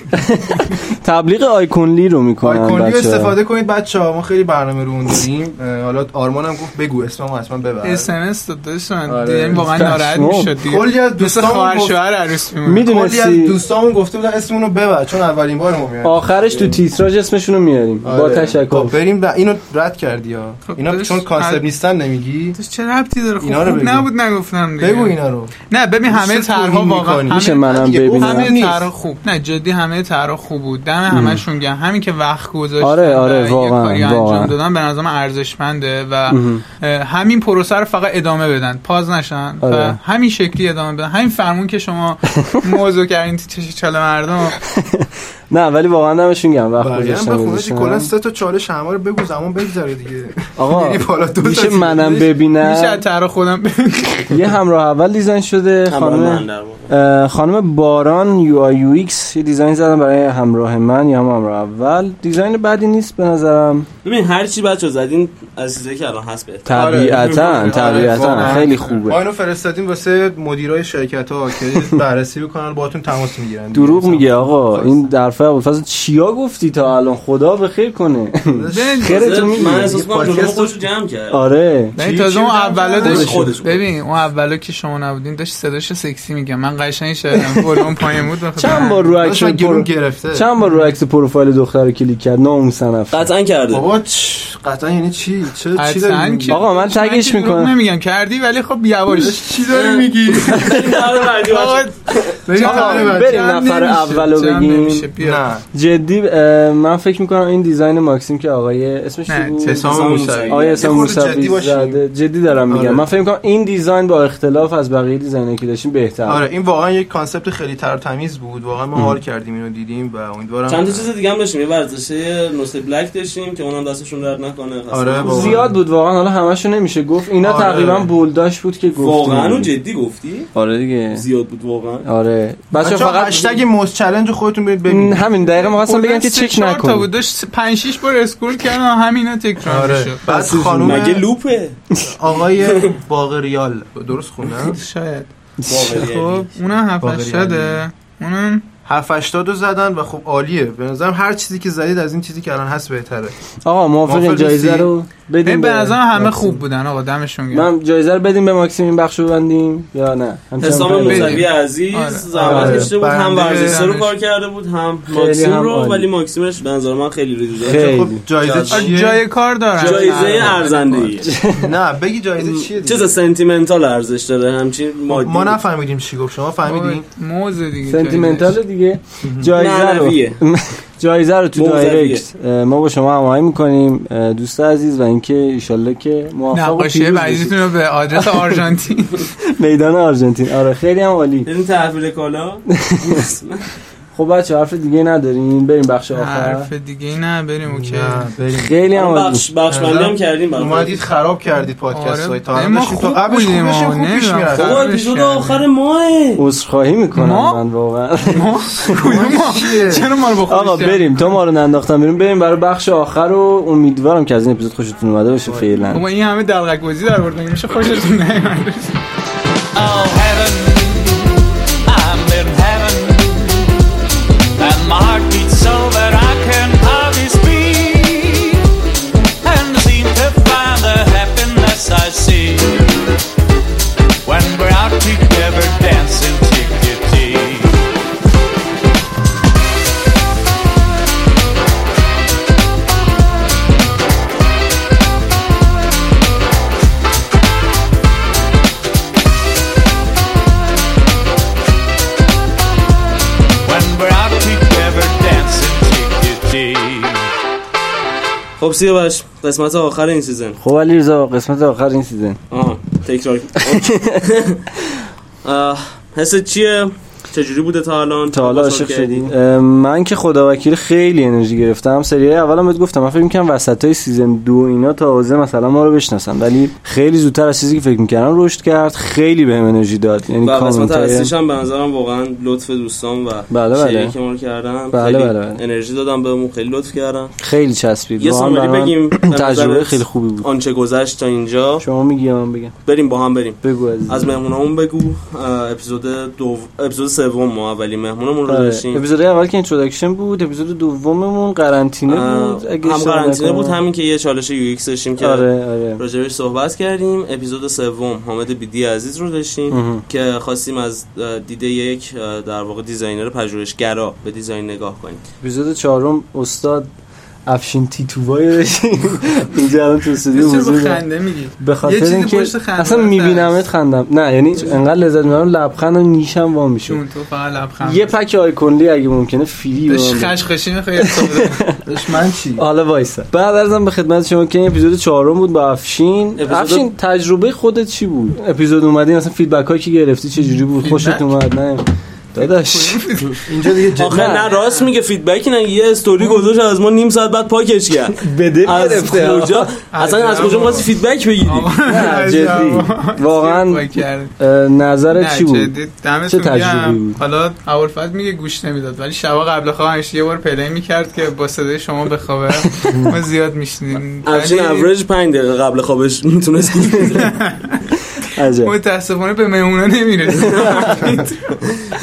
Speaker 4: تبلیغ آیکونلی رو میکنن
Speaker 1: آیکونی رو
Speaker 4: بچه
Speaker 1: استفاده کنید بچه‌ها ما خیلی برنامه رو اون داریم اه، حالا آرمان هم گفت بگو اسممو حتما
Speaker 4: آره.
Speaker 1: ببر
Speaker 2: اس ام اس داد داشتن
Speaker 1: آره.
Speaker 2: دیدن واقعا
Speaker 4: پشمام.
Speaker 2: ناراحت میشد دیگه
Speaker 1: کلی از
Speaker 2: مثل
Speaker 1: دوستامون
Speaker 2: خواهر
Speaker 1: گفت-
Speaker 2: شوهر عروس میمون
Speaker 1: کلی از
Speaker 4: میدونستی
Speaker 1: دوستامون گفته بودن اسممون رو ببر چون اولین بار ما میاد
Speaker 4: آخرش تو تیتراژ اسمشون رو میاریم با تشکر
Speaker 1: خب بریم و اینو رد کردی ها
Speaker 2: خب،
Speaker 1: اینا
Speaker 2: برش-
Speaker 1: چون
Speaker 2: هر-
Speaker 1: کانسپت نیستن نمیگی
Speaker 2: چه ربطی داره خب
Speaker 1: اینا رو
Speaker 2: خوب
Speaker 1: بگو.
Speaker 2: نبود نگفتم دیگه
Speaker 1: بگو اینا
Speaker 4: خب،
Speaker 1: رو
Speaker 2: نه ببین همه
Speaker 1: دوست
Speaker 2: طرها
Speaker 1: توهین
Speaker 2: واقعا
Speaker 1: می‌کنی.
Speaker 2: همه-
Speaker 4: میشه منم
Speaker 1: دیگه گفت
Speaker 4: ببینم
Speaker 1: همه-
Speaker 2: همه
Speaker 1: نیست.
Speaker 2: طرح خوب نه جدی همه طرح خوب بود دم همشون گرم همین که وقت گذاشتن
Speaker 4: آره، آره،
Speaker 2: و یه
Speaker 4: واقعاً،
Speaker 2: کاری انجام
Speaker 4: واقعاً.
Speaker 2: دادن به نظرم ارزشمنده و اه، همین پروسه رو فقط ادامه بدن پاز نشن و
Speaker 4: آره.
Speaker 2: همین شکلی ادامه بدن همین فرمون که شما موضوع کردین تو چش چاله مردم نه
Speaker 4: نه ولی واقعا دمشون گرم وقت
Speaker 1: برگردم
Speaker 4: گذاشتن
Speaker 1: بخونه
Speaker 4: گذاشتن.
Speaker 1: کلا سه تا چالش همه رو بگو زمان بگذره دیگه
Speaker 4: آقا
Speaker 1: میری بالا دو تا
Speaker 4: میشه
Speaker 1: دیگه.
Speaker 4: منم
Speaker 2: میشه از
Speaker 4: ببینم
Speaker 2: طرح خودم ببین.
Speaker 4: یه همراه اول دیزاین شده خانم اه، خانم باران یو آی یو ایکس یه دیزاین زدن برای همراه من یا هم همراه اول دیزاین بعدی نیست به
Speaker 1: آره،
Speaker 4: نظرم
Speaker 3: ببین هر چی بچا زدین از چیزایی که الان هست بهتر
Speaker 4: طبیعتا
Speaker 1: آره،
Speaker 4: طبیعتا
Speaker 1: واقعا.
Speaker 4: خیلی خوبه
Speaker 1: ما اینو فرستادیم واسه مدیرای شرکت ها که بررسی بکنن باهاتون تماس میگیرن
Speaker 4: دروغ میگه آقا این در فضل چیا گفتی تا الان خدا به خیر کنه
Speaker 3: من
Speaker 4: خیرتون میگه
Speaker 3: احساس کنم جلو
Speaker 1: پادکست
Speaker 3: خودشو جمع کرد
Speaker 4: آره
Speaker 2: نه،
Speaker 1: چی-
Speaker 2: تازه
Speaker 1: چی
Speaker 2: اون
Speaker 1: رو جمع
Speaker 2: اولا
Speaker 1: کردن؟
Speaker 2: داشت
Speaker 3: خودش بود.
Speaker 2: ببین اون اولا که شما نبودین داشت صداش سکسی میگم من قشنگ شدم اون پایین بود بخدا.
Speaker 4: چند بار رو عکس
Speaker 1: داشت من گرون
Speaker 4: پرو-
Speaker 1: گرفته
Speaker 4: چند بار رو عکس پروفایل دختر رو کلیک کرد ناموسن سنف
Speaker 3: قطعا کرده
Speaker 1: بابا چ- قطعا یعنی چی چه چی
Speaker 2: اصلا
Speaker 1: داری
Speaker 2: که-
Speaker 1: میگی
Speaker 4: آقا من
Speaker 2: که
Speaker 4: تگش
Speaker 2: دروغ
Speaker 4: میکنم
Speaker 2: نمیگم کردی ولی خب یواش
Speaker 1: چی داری میگی
Speaker 3: کار بعدی بچه‌ها.
Speaker 2: آقا،
Speaker 1: آقا،
Speaker 2: جمع
Speaker 1: بریم
Speaker 2: جمع
Speaker 4: نفر
Speaker 2: نمیشه،
Speaker 4: اول رو
Speaker 2: جمع
Speaker 4: بگیم.
Speaker 2: نمیشه، بیا.
Speaker 1: نه
Speaker 4: جدی اه، من فکر میکنم این دیزاین ماکسیم که آقای اسمش
Speaker 2: نه،
Speaker 4: چی بود
Speaker 1: حسام
Speaker 3: حسام
Speaker 1: موسوی.
Speaker 3: موسوی.
Speaker 4: آقای
Speaker 1: یه
Speaker 4: اسم
Speaker 1: خورده جدی
Speaker 4: موسوی
Speaker 1: باشیم.
Speaker 4: زده جدی دارم میگم
Speaker 1: آره.
Speaker 4: من فکر میکنم این دیزاین با اختلاف از بقیه دیزاینایی که داشتیم بهتر
Speaker 1: آره این واقعا یک کانسپت خیلی تر و تمیز بود واقعا ما حال کردیم اینو دیدیم و امیدوارم
Speaker 3: چند تا چیز دیگه هم داشتیم یه ورزشه نسخه بلک داشتیم که اونم دستشون درد نکنه خسته
Speaker 1: آره،
Speaker 3: نباشید.
Speaker 1: بابا.
Speaker 4: خب، زیاد بود واقعا حالا همشو نمیشه گفت اینا
Speaker 1: آره.
Speaker 4: تقریبا بولداش بود که گفتیم
Speaker 3: واقعا اون جدی گفتی
Speaker 4: آره دیگه
Speaker 3: زیاد بود واقعا
Speaker 4: آره بچه
Speaker 1: بچه
Speaker 4: فقط
Speaker 1: هشتگ موز چلنج رو خودتون برید
Speaker 4: م،
Speaker 1: ببینید
Speaker 4: همین دقیقه می‌خواستم بگم
Speaker 2: کلاً
Speaker 4: که
Speaker 2: سه
Speaker 4: چک
Speaker 2: چهار تا بود
Speaker 4: نکن
Speaker 2: داشت 5 6 بار اسکرول کردم و همینا تکرار
Speaker 1: آره
Speaker 2: میشد
Speaker 1: بعد
Speaker 3: مگه
Speaker 1: خانم
Speaker 3: لوپه
Speaker 1: آقای باقریال درست خوندم
Speaker 2: شاید
Speaker 3: واقعی.
Speaker 2: خب اونم
Speaker 1: باقری
Speaker 2: هفتش شده اونم
Speaker 1: 7 80 رو زدن و خب عالیه به نظرم هر چیزی که زدید از این چیزی که الان هست بهتره
Speaker 4: آقا موافقین
Speaker 1: موافق
Speaker 4: جایزه
Speaker 1: نیستی؟
Speaker 4: رو بدیم
Speaker 2: این به
Speaker 4: به
Speaker 2: نظرم همه
Speaker 4: ماکسیم.
Speaker 2: خوب بودن آقا دمشون گرم
Speaker 4: من جایزه رو بدیم به ماکسیم این بخش رو ببندیم یا نه همچنان
Speaker 3: حسام
Speaker 4: می‌خوایم
Speaker 2: موسوی.
Speaker 4: بدیم؟
Speaker 3: موسوی عزیز
Speaker 2: آره.
Speaker 3: زحمت
Speaker 1: آره.
Speaker 3: کشیده بود هم
Speaker 1: بنده
Speaker 3: ورزشسه رو
Speaker 2: همش.
Speaker 3: کار کرده بود هم
Speaker 4: خیلی
Speaker 3: ماکسیم
Speaker 4: هم
Speaker 3: رو
Speaker 4: عالی.
Speaker 3: ولی ماکسیمش به نظر من خیلی ریزی داشت.
Speaker 1: خب
Speaker 4: خیلی
Speaker 1: جایزه چیه
Speaker 2: جای کار دارن خب.
Speaker 3: جایزه ارزنده
Speaker 1: نه بگی جایزه چیه دیگه
Speaker 3: چیز سنتیمنتال ارزش داره همچین مادی
Speaker 1: ما نفهمیدیم چی گفت شما
Speaker 2: آره.
Speaker 1: فهمیدیم
Speaker 2: موز دیگه
Speaker 4: سنتیمنتال دیگه جایزه رو
Speaker 3: معنویه.
Speaker 4: جایزه رو تو
Speaker 3: موضوعیه.
Speaker 4: دایرکت اه، ما با شما هماهنگ میکنیم دوست عزیز و اینکه ایشالله که موفق و
Speaker 2: نقاشی
Speaker 4: پیروز بشید.
Speaker 2: بعدیتون رو به آدرس آرژانتین
Speaker 4: میدان آرژانتین آره خیلی هم عالی
Speaker 3: این یعنی تحویل کالا
Speaker 4: خب بچه حرف دیگه نداریم بریم بخش آخر
Speaker 2: حرف دیگه نه بریم اوکی
Speaker 1: نه، بریم.
Speaker 4: خیلی هم عالی
Speaker 3: بخش بخش بندی هم کردیم برای
Speaker 1: اومدید خراب کردید پادکست
Speaker 2: آره.
Speaker 1: های تا الان
Speaker 2: ما
Speaker 1: داشتیم.
Speaker 2: خوب
Speaker 1: تا قبلش
Speaker 2: بودیم،
Speaker 1: خوب بشه
Speaker 2: آه.
Speaker 1: خوب پیش
Speaker 2: نمی‌دونم.
Speaker 1: میرفت
Speaker 3: بابا اپیزود آخر ماه
Speaker 4: عذرخواهی میکنم
Speaker 2: ما؟
Speaker 4: من واقعا
Speaker 2: چرا ما رو
Speaker 4: آقا
Speaker 2: بخوریم
Speaker 4: بریم تو ما رو ننداختم بریم بریم برای بخش آخر و امیدوارم که از این اپیزود خوشتون اومده
Speaker 3: خب.
Speaker 4: باشه فعلا
Speaker 2: ما این همه دلغک بازی در بردن میشه خوشتون نیومده
Speaker 6: Oh heaven, I'm in heaven, and my heart beats so that I can hardly speak, and seem to find the happiness I see when we're out together dancing cheek to cheek. When we're out together dancing cheek to cheek.
Speaker 3: خب سیاوش قسمت آخر این سیزن
Speaker 4: خب علی رضا قسمت آخر این سیزن
Speaker 3: آها تکرار آه، حست چیه چجوری بوده تا الان
Speaker 4: تا حالا عاشق شدی اه، من که خدا وکیل خیلی انرژی گرفتم سریال اولم بهت گفتم من فکر میکنم وسط های سیزن دو اینا تازه مثلا ما رو بشناسن ولی خیلی زودتر از چیزی که فکر میکردم رشد کرد خیلی بهم انرژی داد یعنی
Speaker 3: و بله، قسمت
Speaker 4: کامنت‌های-
Speaker 3: هستیش هم به نظرم واقعا لطف دوستان و
Speaker 4: بله، بله.
Speaker 3: شریک ما رو کردن
Speaker 4: بله،
Speaker 3: خیلی
Speaker 4: بله، بله.
Speaker 3: انرژی دادم بهمون خیلی لطف کردن
Speaker 4: خیلی چسبید
Speaker 3: یه
Speaker 4: واقعاً برای
Speaker 3: سامری
Speaker 4: من
Speaker 3: بگیم
Speaker 4: تجربه
Speaker 3: نظرت.
Speaker 4: خیلی خوبی بود
Speaker 3: آنچه گذشت تا اینجا
Speaker 4: شما میگی یا من بگم
Speaker 3: بریم با هم بریم
Speaker 4: بگو عزیز
Speaker 3: از مهمونامون بگو اه، اپیزود دو... اپیزود سوم ما اولین مهمونمون رو
Speaker 4: آره.
Speaker 3: داشتیم
Speaker 4: اپیزود اول که اینتروداکشن بود اپیزود دوممون قرنطینه
Speaker 3: اه،
Speaker 4: بود اگه
Speaker 3: هم
Speaker 4: اشتباه
Speaker 3: قرنطینه
Speaker 4: نکنم.
Speaker 3: بود همین که یه چالش یو ایکس داشتیم که
Speaker 4: آره آره
Speaker 3: راجبش صحبت کردیم اپیزود سوم حامد بیدی عزیز رو داشتیم
Speaker 4: مهم.
Speaker 3: که خواستیم از اه، دید یک اه، در واقع دیزاینر پژوهشگرا به دیزاین نگاه کنیم
Speaker 4: اپیزود چهارم استاد افشین تیتوبای داشتیم اینجا الان تو استودیو
Speaker 2: چرا
Speaker 4: حضور
Speaker 2: به
Speaker 4: دارم.
Speaker 2: خنده میگی
Speaker 4: به
Speaker 2: یه
Speaker 4: خاطر
Speaker 2: چیزی
Speaker 4: اینکه
Speaker 2: پشت خنده
Speaker 4: اصلا
Speaker 2: هست.
Speaker 4: میبینمت خندم نه یعنی انقدر لذت میبرم لبخند و نیشم وا میشه
Speaker 2: چون تو فقط لبخند
Speaker 4: یه پک آیکونلی اگه ممکنه فیلی به
Speaker 2: داشت
Speaker 4: من بده.
Speaker 2: خشخشی میخوایی سودا
Speaker 1: من چی
Speaker 4: حالا وایسا بعد ازم به خدمت شما که این اپیزود چهارم بود با افشین
Speaker 3: اپیزود-
Speaker 4: افشین تجربه خودت چی بود اپیزود اومدی مثلا فیدبک هایی که گرفتی چه جوری بود خوشت اومد نه داداش
Speaker 1: اینجا دیگه جد...
Speaker 3: آخه نه راست میگه فیدبک نه یه استوری گذاشت از ما نیم ساعت بعد پاکش کرد
Speaker 4: بده
Speaker 3: از کجا اصلا از کجا می‌خواستی فیدبک بگیری
Speaker 4: جدی واقعا اه، نظرت چی بود
Speaker 2: دمتون
Speaker 4: چه تجربه
Speaker 2: گرم.
Speaker 4: بود؟
Speaker 2: حالا اول میگه گوش نمیداد ولی شبا قبل خواهش یه بار پلی میکرد که با صدای شما بخوابه ما زیاد میشنیم
Speaker 3: افشین اوریج 5 دقیقه قبل خوابش میتونست گوش بده
Speaker 4: عجب
Speaker 2: خب، متاسفانه به مهمونا نمیرسه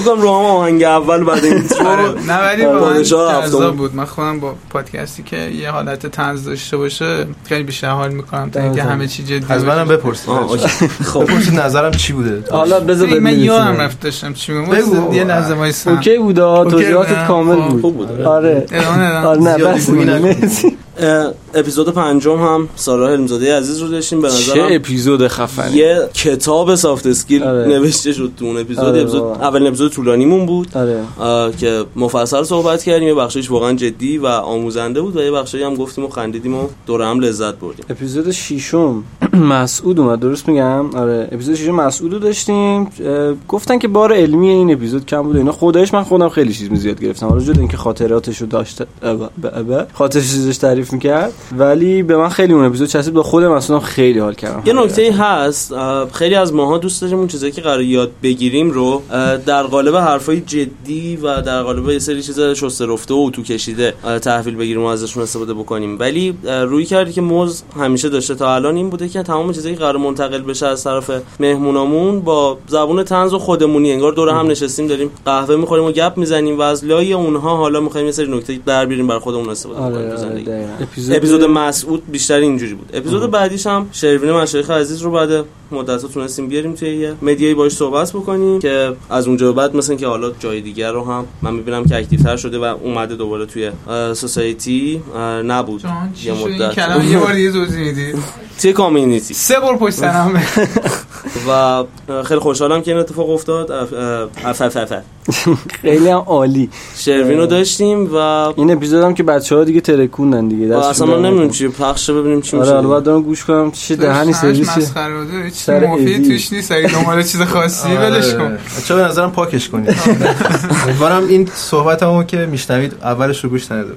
Speaker 3: بگم رو هم آهنگ اول بعد این
Speaker 2: آره، نه ولی واقعا
Speaker 3: پادشاه
Speaker 2: جذاب
Speaker 3: هفتم.
Speaker 2: بود من خودم با پادکستی که یه حالت طنز داشته باشه خیلی بیشتر حال میکنم تا اینکه
Speaker 4: دمتون.
Speaker 2: همه چی جدی
Speaker 1: از منم
Speaker 2: باشه.
Speaker 1: بپرسید
Speaker 3: خب، آه، اوکی. خب
Speaker 1: بپرسید نظرم چی بوده
Speaker 4: حالا بذار
Speaker 2: این
Speaker 4: بهت
Speaker 2: من
Speaker 4: می‌رسیم.
Speaker 2: یادم رفت داشتم چی میگم
Speaker 1: بگو.
Speaker 2: یه لحظه وایسا
Speaker 4: اوکی بود آه،
Speaker 2: اوکی
Speaker 4: توضیحاتت
Speaker 2: نه.
Speaker 4: کامل
Speaker 2: خب،
Speaker 4: بود
Speaker 3: خوب بود
Speaker 4: آره
Speaker 2: ادامه ندم.
Speaker 4: آره نه
Speaker 1: زیادی
Speaker 4: بس
Speaker 1: گویی
Speaker 4: بود.
Speaker 1: نکن.
Speaker 4: مرسی.
Speaker 3: اه، اپیزود پنجم هم سارا هلمزاده عزیز رو داشتیم به نظرم
Speaker 4: اپیزود خفنی
Speaker 3: یه کتاب سافت اسکیل
Speaker 4: آره.
Speaker 3: نوشته شد تو اون اپیزود
Speaker 4: آره،
Speaker 3: اپیزود
Speaker 4: واقعا.
Speaker 3: اولین اپیزود طولانیمون بود
Speaker 4: آره
Speaker 3: اه، که مفصل صحبت کردیم یه بخشش واقعا جدی و آموزنده بود و یه بخشی هم گفتیم و خندیدیم و دور هم لذت بردیم
Speaker 4: اپیزود ششم مسعود اومد درست میگم آره اپیزود ششم مسعود رو داشتیم اه، گفتن که بار علمی این اپیزود کم بود و اینا خدایش من خودم خیلی چیز زیاد گرفتم حالا جدا اینکه خاطراتش رو داشت اه، ب- ب- ب- خاطرش رو تعریف تعریف میکرد ولی به من خیلی اون اپیزود چسبید با خودم اصلا خیلی حال کردم
Speaker 3: یه نکته هست اه، خیلی از ماها دوست داریم اون چیزایی که قرار یاد بگیریم رو اه، در قالب حرفای جدی و در قالب یه سری چیز شسته رفته و تو کشیده اه، تحویل بگیریم و ازشون استفاده بکنیم ولی اه، روی کردی که موز همیشه داشته تا الان این بوده که تمام چیزایی که قرار منتقل بشه از طرف مهمونامون با زبون تنز و خودمونی انگار دور هم نشستیم داریم قهوه میخوریم و گپ میزنیم و از لای اونها حالا میخوایم یه سری نکته در بیاریم برای خودمون استفاده بکنیم
Speaker 4: آره،
Speaker 3: تو
Speaker 4: آره،
Speaker 3: زندگی.
Speaker 4: دقیقاً.
Speaker 3: اپیزود مسعود بیشتر اینجوری بود اپیزود بعدیش هم شروین مشایخ عزیز رو بعد مدت تونستیم بیاریم توی یه مدیای باش صحبت بکنیم که از اونجا به بعد مثلا که حالا جای دیگر رو هم من میبینم که اکتیوتر شده و اومده دوباره توی اه، سوسایتی اه، نبود
Speaker 2: جان چی
Speaker 3: یه
Speaker 2: شد؟ این
Speaker 3: مدت
Speaker 2: کلمه یه بار دیگه توضیح میدی
Speaker 3: توی کامیونیتی
Speaker 2: سه بار پشت سرم بگو.
Speaker 3: و اه، خیلی خوشحالم که این اتفاق افتاد اف- اه، اف- اف- اف- اف.
Speaker 4: خیلی هم عالی آره.
Speaker 3: شروین رو داشتیم و
Speaker 4: این اپیزود هم که بچه ها دیگه ترکوندن دیگه
Speaker 3: و
Speaker 4: دستشون
Speaker 3: اصلا من
Speaker 4: در
Speaker 3: نمیدونم
Speaker 4: نکنه.
Speaker 3: چی پخش ببینیم چی
Speaker 4: آره
Speaker 3: میشه
Speaker 4: البته دارم گوش کنم چه دهنی
Speaker 2: همش
Speaker 4: سرویسی
Speaker 2: مسخره بود. هیچ چیز
Speaker 4: سر
Speaker 2: مفید
Speaker 4: ایدی. آره.
Speaker 2: توش نیست اگه دنبال چیز خاصی ولش کن
Speaker 1: چه آره. به نظرم پاکش کنید امیدوارم این صحبت همو که میشنوید اولش رو گوش نده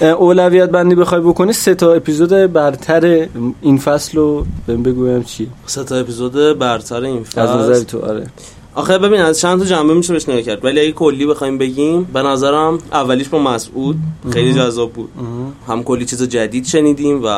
Speaker 4: اه، اولویت بندی بخوای بکنی سه تا اپیزود برتر این فصل رو بهم بگویم چی
Speaker 3: سه تا اپیزود برتر این
Speaker 4: از
Speaker 3: فصل
Speaker 4: نظر تو آره
Speaker 3: آخه ببین از چند تا جنبه میشه بهش نگاه کرد ولی اگه کلی بخوایم بگیم به نظرم اولیش با مسعود خیلی جذاب بود هم کلی چیز جدید شنیدیم و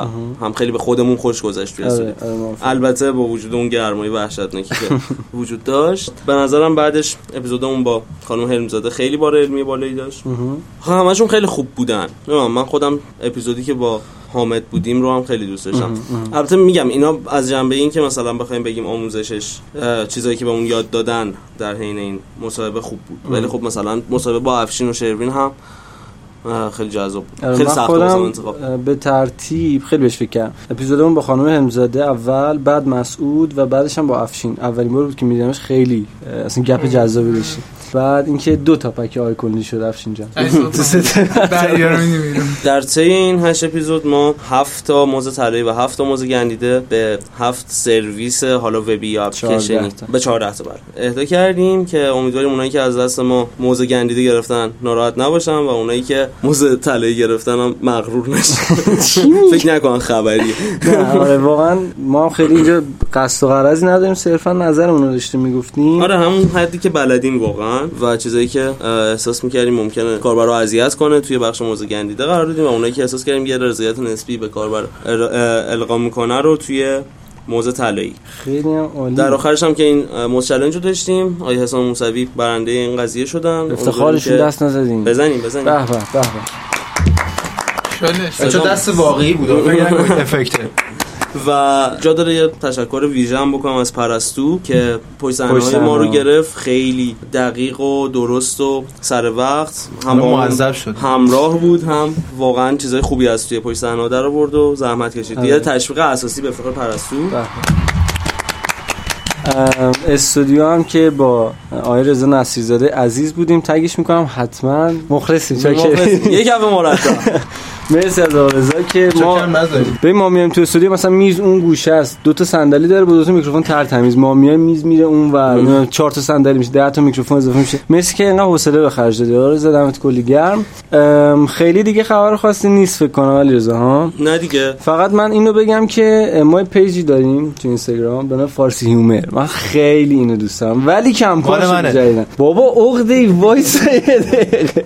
Speaker 3: هم خیلی به خودمون خوش گذشت توی
Speaker 4: آره
Speaker 3: سری.
Speaker 4: آره موافق.
Speaker 3: البته با وجود اون گرمای وحشتناکی که وجود داشت به نظرم بعدش اپیزودمون با خانم هرمزاده خیلی بار علمی بالایی داشت
Speaker 4: مهم.
Speaker 3: خب همشون خیلی خوب بودن نمیدونم من خودم اپیزودی که با حامد بودیم رو هم خیلی دوست داشتم البته میگم اینا از جنبه این که مثلا بخوایم بگیم آموزشش اه، چیزایی که به اون یاد دادن در حین این مصاحبه خوب بود ولی خب مثلا مصاحبه با افشین و شروین هم اه، خیلی جذاب بود
Speaker 4: آره،
Speaker 3: خیلی
Speaker 4: من
Speaker 3: سخت بود واسم
Speaker 4: خودم
Speaker 3: انتخاب
Speaker 4: اه، به ترتیب خیلی بهش فکر کردم اپیزودمون با خانم همزاده اول بعد مسعود و بعدش هم با افشین اولین بار بود که میدیدمش خیلی اه، اصلا گپ جذابی داشتیم بعد اینکه دو تا پک آیکونی شد افشین جان
Speaker 2: دریا رو می‌بینی بیرون.
Speaker 3: در طی این هشت اپیزود ما هفت تا موز طلایی و هفت تا موز گندیده به هفت سرویس حالا وبی یا اپلیکیشنی
Speaker 4: 14 تا.
Speaker 3: به 14 تا بر اهدا کردیم که امیدواریم اونایی که از دست ما موز گندیده گرفتن ناراحت نباشن و اونایی که موز طلایی گرفتن هم مغرور نشن فکر نکن خبری
Speaker 4: نه، آره واقعا ما هم خیلی اینجا قصد و غرضی نداریم صرفا نظرمون رو داشتیم میگفتیم
Speaker 3: آره همون حدی که بلدیم واقعا و چیزایی که اه، احساس میکردیم ممکنه کاربر رو اذیت کنه توی بخش موضوع گندیده قرار دادیم و اونایی که احساس کردیم یه رضایت نسبی به کاربر ار- اه، القا میکنه رو توی موضع طلایی
Speaker 4: خیلی هم عالی
Speaker 3: در آخرش هم که این اه، موز چلنج رو داشتیم آقای حسام موسوی برنده این قضیه شدن
Speaker 4: افتخارشون
Speaker 3: امیدواریم
Speaker 4: دست بله. نزدیم
Speaker 3: که-
Speaker 4: به
Speaker 3: بزنیم بزنیم
Speaker 4: به به به
Speaker 2: چالش.
Speaker 1: چه دست واقعی بود فکر نکنید افکته
Speaker 3: و جا داره یه تشکر ویژه هم بکنم از پرستو که پشت های ما رو
Speaker 4: صحنه‌ها.
Speaker 3: گرفت خیلی دقیق و درست و سر وقت هم با ما
Speaker 1: معذب شد
Speaker 3: همراه بود هم واقعا چیزای خوبی از توی پشت صحنه در آورد و زحمت کشید
Speaker 4: آره.
Speaker 3: یه تشویق اساسی به فقر پرستو
Speaker 4: ام، استودیو هم که با آقای رضا نصیرزاده عزیز بودیم تگش میکنم حتما مخلصیم چاکریم
Speaker 3: مخلص. یه کف مرتب
Speaker 4: مرسی از آقای رضا که ما
Speaker 1: چکم نذارید
Speaker 4: به ما میایم تو استودیو مثلا میز اون گوشه است دو تا صندلی داره با دو تا میکروفون تر تمیز ما میایم میز میره اون و نمیدونم چهار تا صندلی میشه 10 تا میکروفون اضافه میشه مرسی که اینقدر حوصله به خرج دادی آقا رضا دمت کلی گرم ام، خیلی دیگه خبر خاصی نیست فکر کنم علی رضا ها
Speaker 3: نه دیگه
Speaker 4: فقط من اینو بگم که ما یه پیجی داریم تو اینستاگرام به نام فارسی هیومر من خیلی اینو دوست دارم ولی کم کار
Speaker 1: مال منه.
Speaker 4: شده جدیدن. بابا عقده وایس یه دقیقه.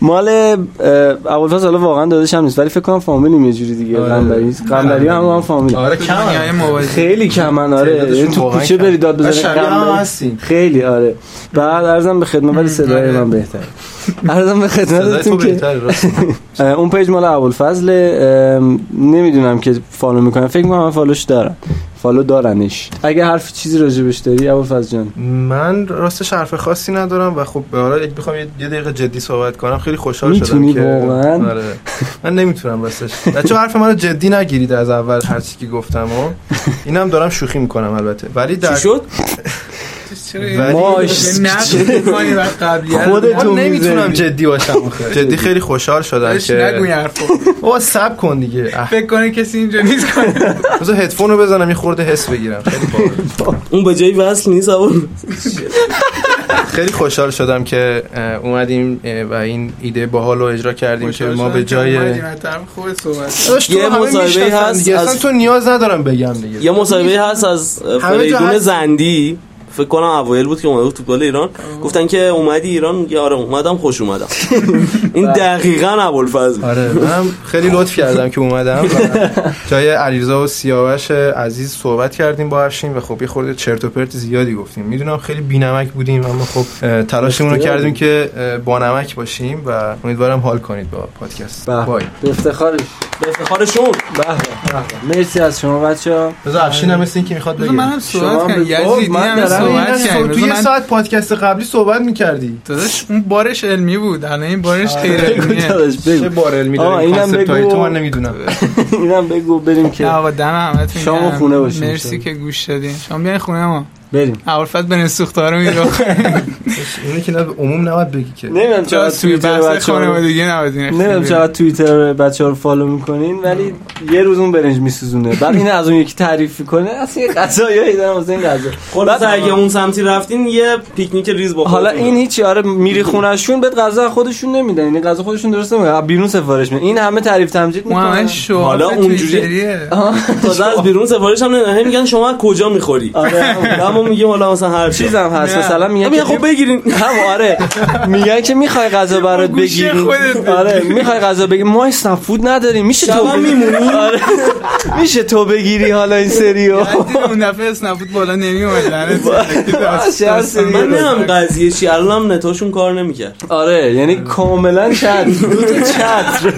Speaker 4: مال اول حالا واقعا دادش هم نیست ولی فکر کنم فامیلیم یه جوری دیگه
Speaker 1: آره.
Speaker 4: قنبری قنبری هم هم فامیل
Speaker 1: آره
Speaker 2: تو دنیای
Speaker 1: کم
Speaker 2: موازی.
Speaker 4: خیلی کمن آره
Speaker 1: تعدادشون
Speaker 4: یعنی تو
Speaker 1: واقعا
Speaker 4: کوچه
Speaker 1: کم.
Speaker 4: بری داد بزنی
Speaker 1: شبیه هم
Speaker 4: قنبری.
Speaker 1: هستیم.
Speaker 4: خیلی آره بعد ارزم به خدمت ولی صدای
Speaker 2: آره.
Speaker 4: من بهتره ارزم به
Speaker 1: صدای تو
Speaker 4: خدمتتون که
Speaker 1: بهتره راست
Speaker 4: اه، اون پیج مال ابوالفضل نمیدونم که فالو میکنم فکر میکنم من فالوش دارم فالو دارنش اگه حرف چیزی راجبش داری ابوالفضل جان
Speaker 1: من راستش حرف خاصی ندارم و خب به حالا یک بخوام یه یه دقیقه جدی صحبت کنم خیلی خوشحال
Speaker 4: می‌تونی
Speaker 1: شدم
Speaker 4: واقعاً؟
Speaker 1: که آره. من نمیتونم راستش بچه حرف منو جدی نگیرید از اول هر چی که گفتم و اینم دارم شوخی میکنم البته ولی در
Speaker 3: چی شد
Speaker 2: چرا یه-
Speaker 1: ولی-
Speaker 4: ماش.
Speaker 2: یه نقد می‌کنی بعد قبلیه رو.
Speaker 4: خودت-
Speaker 1: یعنی من
Speaker 4: تو
Speaker 1: نمیتونم
Speaker 4: می‌ذاری.
Speaker 1: جدی باشم آخه. جدی خیلی خوشحال شدم
Speaker 2: داداش، نگو این
Speaker 1: که
Speaker 2: حرفو
Speaker 1: او سب کن دیگه اه،
Speaker 2: فکر کنه کسی اینجا نیست کنه
Speaker 1: بذار هدفون رو بزنم یه خورده حس بگیرم خیلی باحال.
Speaker 3: اون به جایی وصل نیست اول
Speaker 1: خیلی خوشحال شدم که اه، اومدیم اه، و این ایده باحال رو اجرا کردیم که ما به جای
Speaker 2: خوب صحبت
Speaker 1: داداش، تو
Speaker 3: یه
Speaker 1: همه
Speaker 3: مصاحبه
Speaker 1: می‌شناسن
Speaker 3: هست
Speaker 1: دیگه. اصلا
Speaker 3: از-
Speaker 1: تو نیاز ندارم بگم دیگه
Speaker 3: یه مصاحبه هست از
Speaker 1: همه جا
Speaker 3: فریدون
Speaker 1: هست.
Speaker 3: زندی فکر کنم اوایل بود که اومده بود فوتبال ایران گفتن که اومدی ایران میگه آره اومدم خوش اومدم
Speaker 1: بله.
Speaker 3: این دقیقاً ابوالفضل
Speaker 1: آره منم خیلی لطف کردم که اومدم و جای علیرضا و سیاوش عزیز صحبت کردیم با افشین و خب یه خورده چرت و پرت زیادی گفتیم میدونم خیلی بینمک بودیم اما خب اه، تلاشمون رو کردیم که اه، با نمک باشیم و امیدوارم حال کنید با پادکست
Speaker 4: به.
Speaker 1: بای
Speaker 4: به افتخارش
Speaker 3: به افتخارشون
Speaker 4: به به. مرسی از شما بچه
Speaker 1: بذار افشین هم مثل اینکه میخواد
Speaker 2: بذار منم
Speaker 1: بگه
Speaker 4: شما
Speaker 2: صحبت کنم
Speaker 4: به- آه،
Speaker 2: یزیدی
Speaker 4: من
Speaker 2: هم
Speaker 4: دارم
Speaker 1: این
Speaker 2: صحبت
Speaker 1: از-
Speaker 2: کردم
Speaker 1: تو یه
Speaker 2: بذار من-
Speaker 1: ساعت پادکست قبلی صحبت میکردی
Speaker 2: داداش اون بارش علمی بود الان این بارش غیر علمیه
Speaker 1: چه
Speaker 4: بگو
Speaker 1: بارل
Speaker 4: آه،
Speaker 1: میداری
Speaker 4: اینم
Speaker 1: کانسپت های
Speaker 4: بگو.
Speaker 1: تو من نمیدونم
Speaker 4: اینم بگو بریم که
Speaker 2: نه آقا دم همتون
Speaker 4: شام و
Speaker 2: گرم.
Speaker 4: خونه باشین.
Speaker 2: مرسی که گوش دادین شما بیاین خونه ما
Speaker 4: بریم
Speaker 2: عرفت بن سوختارو میرو
Speaker 1: اینه که نه به عموم نباید بگی که
Speaker 4: نمیدونم
Speaker 2: چرا
Speaker 4: چقدر
Speaker 2: سوی
Speaker 4: توییتر
Speaker 2: بحث
Speaker 4: بچه رو
Speaker 2: خانوادگی نبودین
Speaker 4: نمیدونم
Speaker 2: خیلی.
Speaker 4: چقدر توییتر بچه ها رو فالو میکنین ولی یه روز اون برنج میسوزونه بعد این از اون یکی تعریف کنه اصلا یه غذایی دارم واسه این غذا بعد
Speaker 3: خلاص اگه اون سمتی رفتین یه پیکنیک ریز با
Speaker 4: حالا
Speaker 3: خودتون.
Speaker 4: این هیچی آره میری خونشون بهت غذا خودشون نمیدن یعنی غذا خودشون درست نمیدن بیرون سفارش میدن این همه تعریف تمجید
Speaker 2: محمد
Speaker 4: میکنن
Speaker 2: شو
Speaker 3: حالا اونجوری- تازه از بیرون سفارش هم نمیدن میگن شما از کجا میخوری
Speaker 4: آره
Speaker 3: اما میگیم حالا مثلا هر چیز
Speaker 4: چیزم هست
Speaker 2: نه.
Speaker 4: مثلا میگن
Speaker 3: میگن
Speaker 4: که
Speaker 3: خب بگیرین
Speaker 4: هم آره میگن که میخوای غذا برات
Speaker 2: گوشی
Speaker 4: بگیریم
Speaker 2: خودت بگیر.
Speaker 4: آره میخوای غذا بگیریم ما اسنپ فود نداریم میشه تو
Speaker 3: شبم میمونی؟
Speaker 4: آره میشه تو بگیری حالا این سریو
Speaker 2: اون دفعه اسنبود بالا نمیومد لعنت
Speaker 4: باشه، هر سری
Speaker 3: من نمیدونم قضیه چی الان هم نتاشون کار نمیکرد
Speaker 4: آره یعنی کاملا چت دو تا چت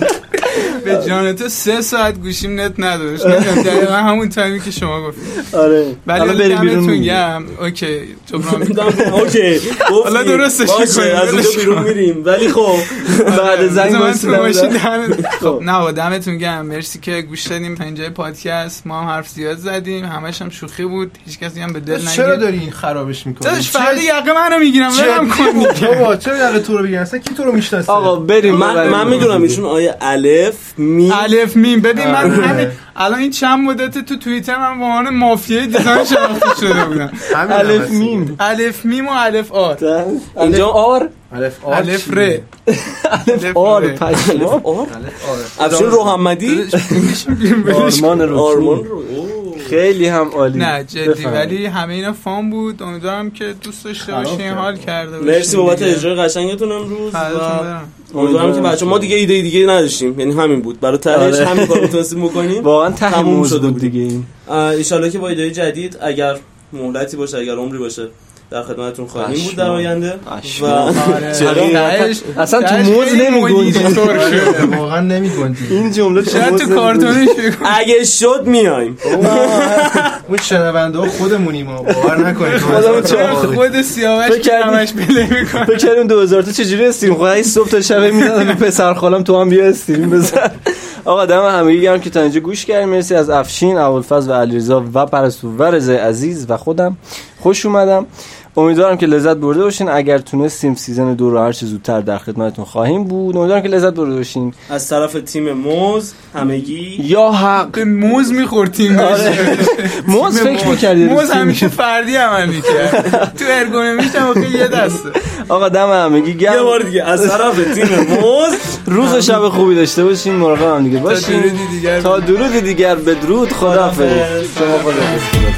Speaker 2: به جان تو سه ساعت گوشیم نت نداشت نمی‌دونم، دقیقا همون تایمی که شما گفت
Speaker 4: آره حالا
Speaker 2: ولی
Speaker 4: بریم بیرون
Speaker 2: دمتون
Speaker 4: می‌گیم.
Speaker 2: گرم اوکی جبران
Speaker 3: نمی‌دونم، اوکی گفتی.
Speaker 2: حالا درستش
Speaker 3: باشه
Speaker 2: می‌کنی،
Speaker 3: از
Speaker 2: ولش
Speaker 3: اونجا بیرون
Speaker 2: کن.
Speaker 3: میریم ولی خب
Speaker 4: بعد زنگ
Speaker 2: آره. بذار من تو ماشین
Speaker 4: وایسیدم
Speaker 2: دهن-
Speaker 4: خب.
Speaker 2: خب نه بابا، دمتون گرم مرسی که گوش دادیم تا اینجای پادکست ما هم حرف زیاد زدیم همش هم شوخی بود هیچ کسی هم به دل
Speaker 1: چرا
Speaker 2: نگیر
Speaker 1: داری این خرابش میکنی
Speaker 2: داداش فردا یقه منو میگیرم ولم کن
Speaker 1: بابا چرا یقه تو رو بگن اصلا کی تو رو میشناسه
Speaker 4: آقا بریم
Speaker 3: من
Speaker 4: ببریم.
Speaker 3: من میدونم ایشون آیه الف می
Speaker 2: آره. الف میم ببین من
Speaker 1: آره.
Speaker 2: همین الان این چند مدت تو توییتر من به عنوان مافیای دیزاین شناخته شده بودم
Speaker 1: همین هم
Speaker 4: الف
Speaker 1: هستی.
Speaker 4: میم
Speaker 2: الف میم و الف آر
Speaker 4: اینجا آر
Speaker 1: الف آر
Speaker 2: الف
Speaker 1: چی؟
Speaker 2: ر الف
Speaker 4: آر
Speaker 3: آره.
Speaker 2: ر.
Speaker 4: پشما
Speaker 3: افشین روحمدی
Speaker 4: آرمان
Speaker 3: آرمان
Speaker 4: رو
Speaker 3: رو اوه.
Speaker 4: خیلی هم عالی
Speaker 2: نه جدی
Speaker 4: بفرمایید.
Speaker 2: ولی همه اینا فان بود امیدوارم که دوست داشته باشین حال کرده باشین
Speaker 3: مرسی بابت
Speaker 2: دیگه.
Speaker 3: اجرای قشنگتون امروز
Speaker 2: فرداتون
Speaker 3: و
Speaker 2: برم.
Speaker 3: امیدوارم که بچه ما دیگه ایده دیگه نداشتیم یعنی همین بود برای تهش
Speaker 4: آره.
Speaker 3: همین کار میتونستیم بکنیم
Speaker 4: واقعا ته
Speaker 3: تموم
Speaker 4: موز
Speaker 3: شده
Speaker 4: بود
Speaker 3: بودیم.
Speaker 4: دیگه این
Speaker 3: آه، ایشالا که با ایده جدید اگر مهلتی باشه اگر عمری باشه در خدمتتون خواهیم بود در آینده و
Speaker 2: آره. تهش-
Speaker 4: اصلا تو
Speaker 2: تهش
Speaker 4: موز
Speaker 2: خیلی مدیری
Speaker 4: نمیگونجی
Speaker 2: طور شد.
Speaker 1: آره، واقعا نمیگوندی
Speaker 4: این جمله تو
Speaker 2: شاید
Speaker 4: موز
Speaker 2: تو
Speaker 4: نمی‌گنجی.
Speaker 2: کارتونش بگو.
Speaker 3: اگه شد میایم
Speaker 1: اون شنونده ها خودمونیم ما باور نکنید
Speaker 4: خودمون چه-
Speaker 2: چرا خود سیاوش
Speaker 4: فکر
Speaker 2: که
Speaker 4: کردی؟
Speaker 2: همش بله میکنه
Speaker 4: فکر کردیم 2000 تا چجوری استریم خب این صبح تا شب میدادم به پسر خالم تو هم بیا استریم بزن آقا دم همگی گرم که تا اینجا گوش کردیم مرسی از افشین ابوالفضل و علیرضا و پرستو و رضای عزیز و خودم خوش اومدم امیدوارم که لذت برده باشین اگر تونستیم سیزن دو رو هر چه زودتر در خدمتتون خواهیم بود امیدوارم که لذت برده باشین
Speaker 3: از طرف تیم موز همگی
Speaker 4: یا حق
Speaker 2: به موز میخورتیم
Speaker 4: موز فکر می‌کردی
Speaker 2: موز همیشه فردی عمل میکرد تو ارگونومیش هم آخه یه دسته
Speaker 4: آقا دم همگی گرم
Speaker 3: یه بار دیگه از طرف تیم موز
Speaker 4: روز و شب خوبی داشته باشین مراقب هم دیگه
Speaker 2: تا
Speaker 4: باشین
Speaker 2: درودی دیگر
Speaker 4: تا درود دیگر بدرود خداحافظ
Speaker 3: خداحافظ.
Speaker 4: شما خداحافظ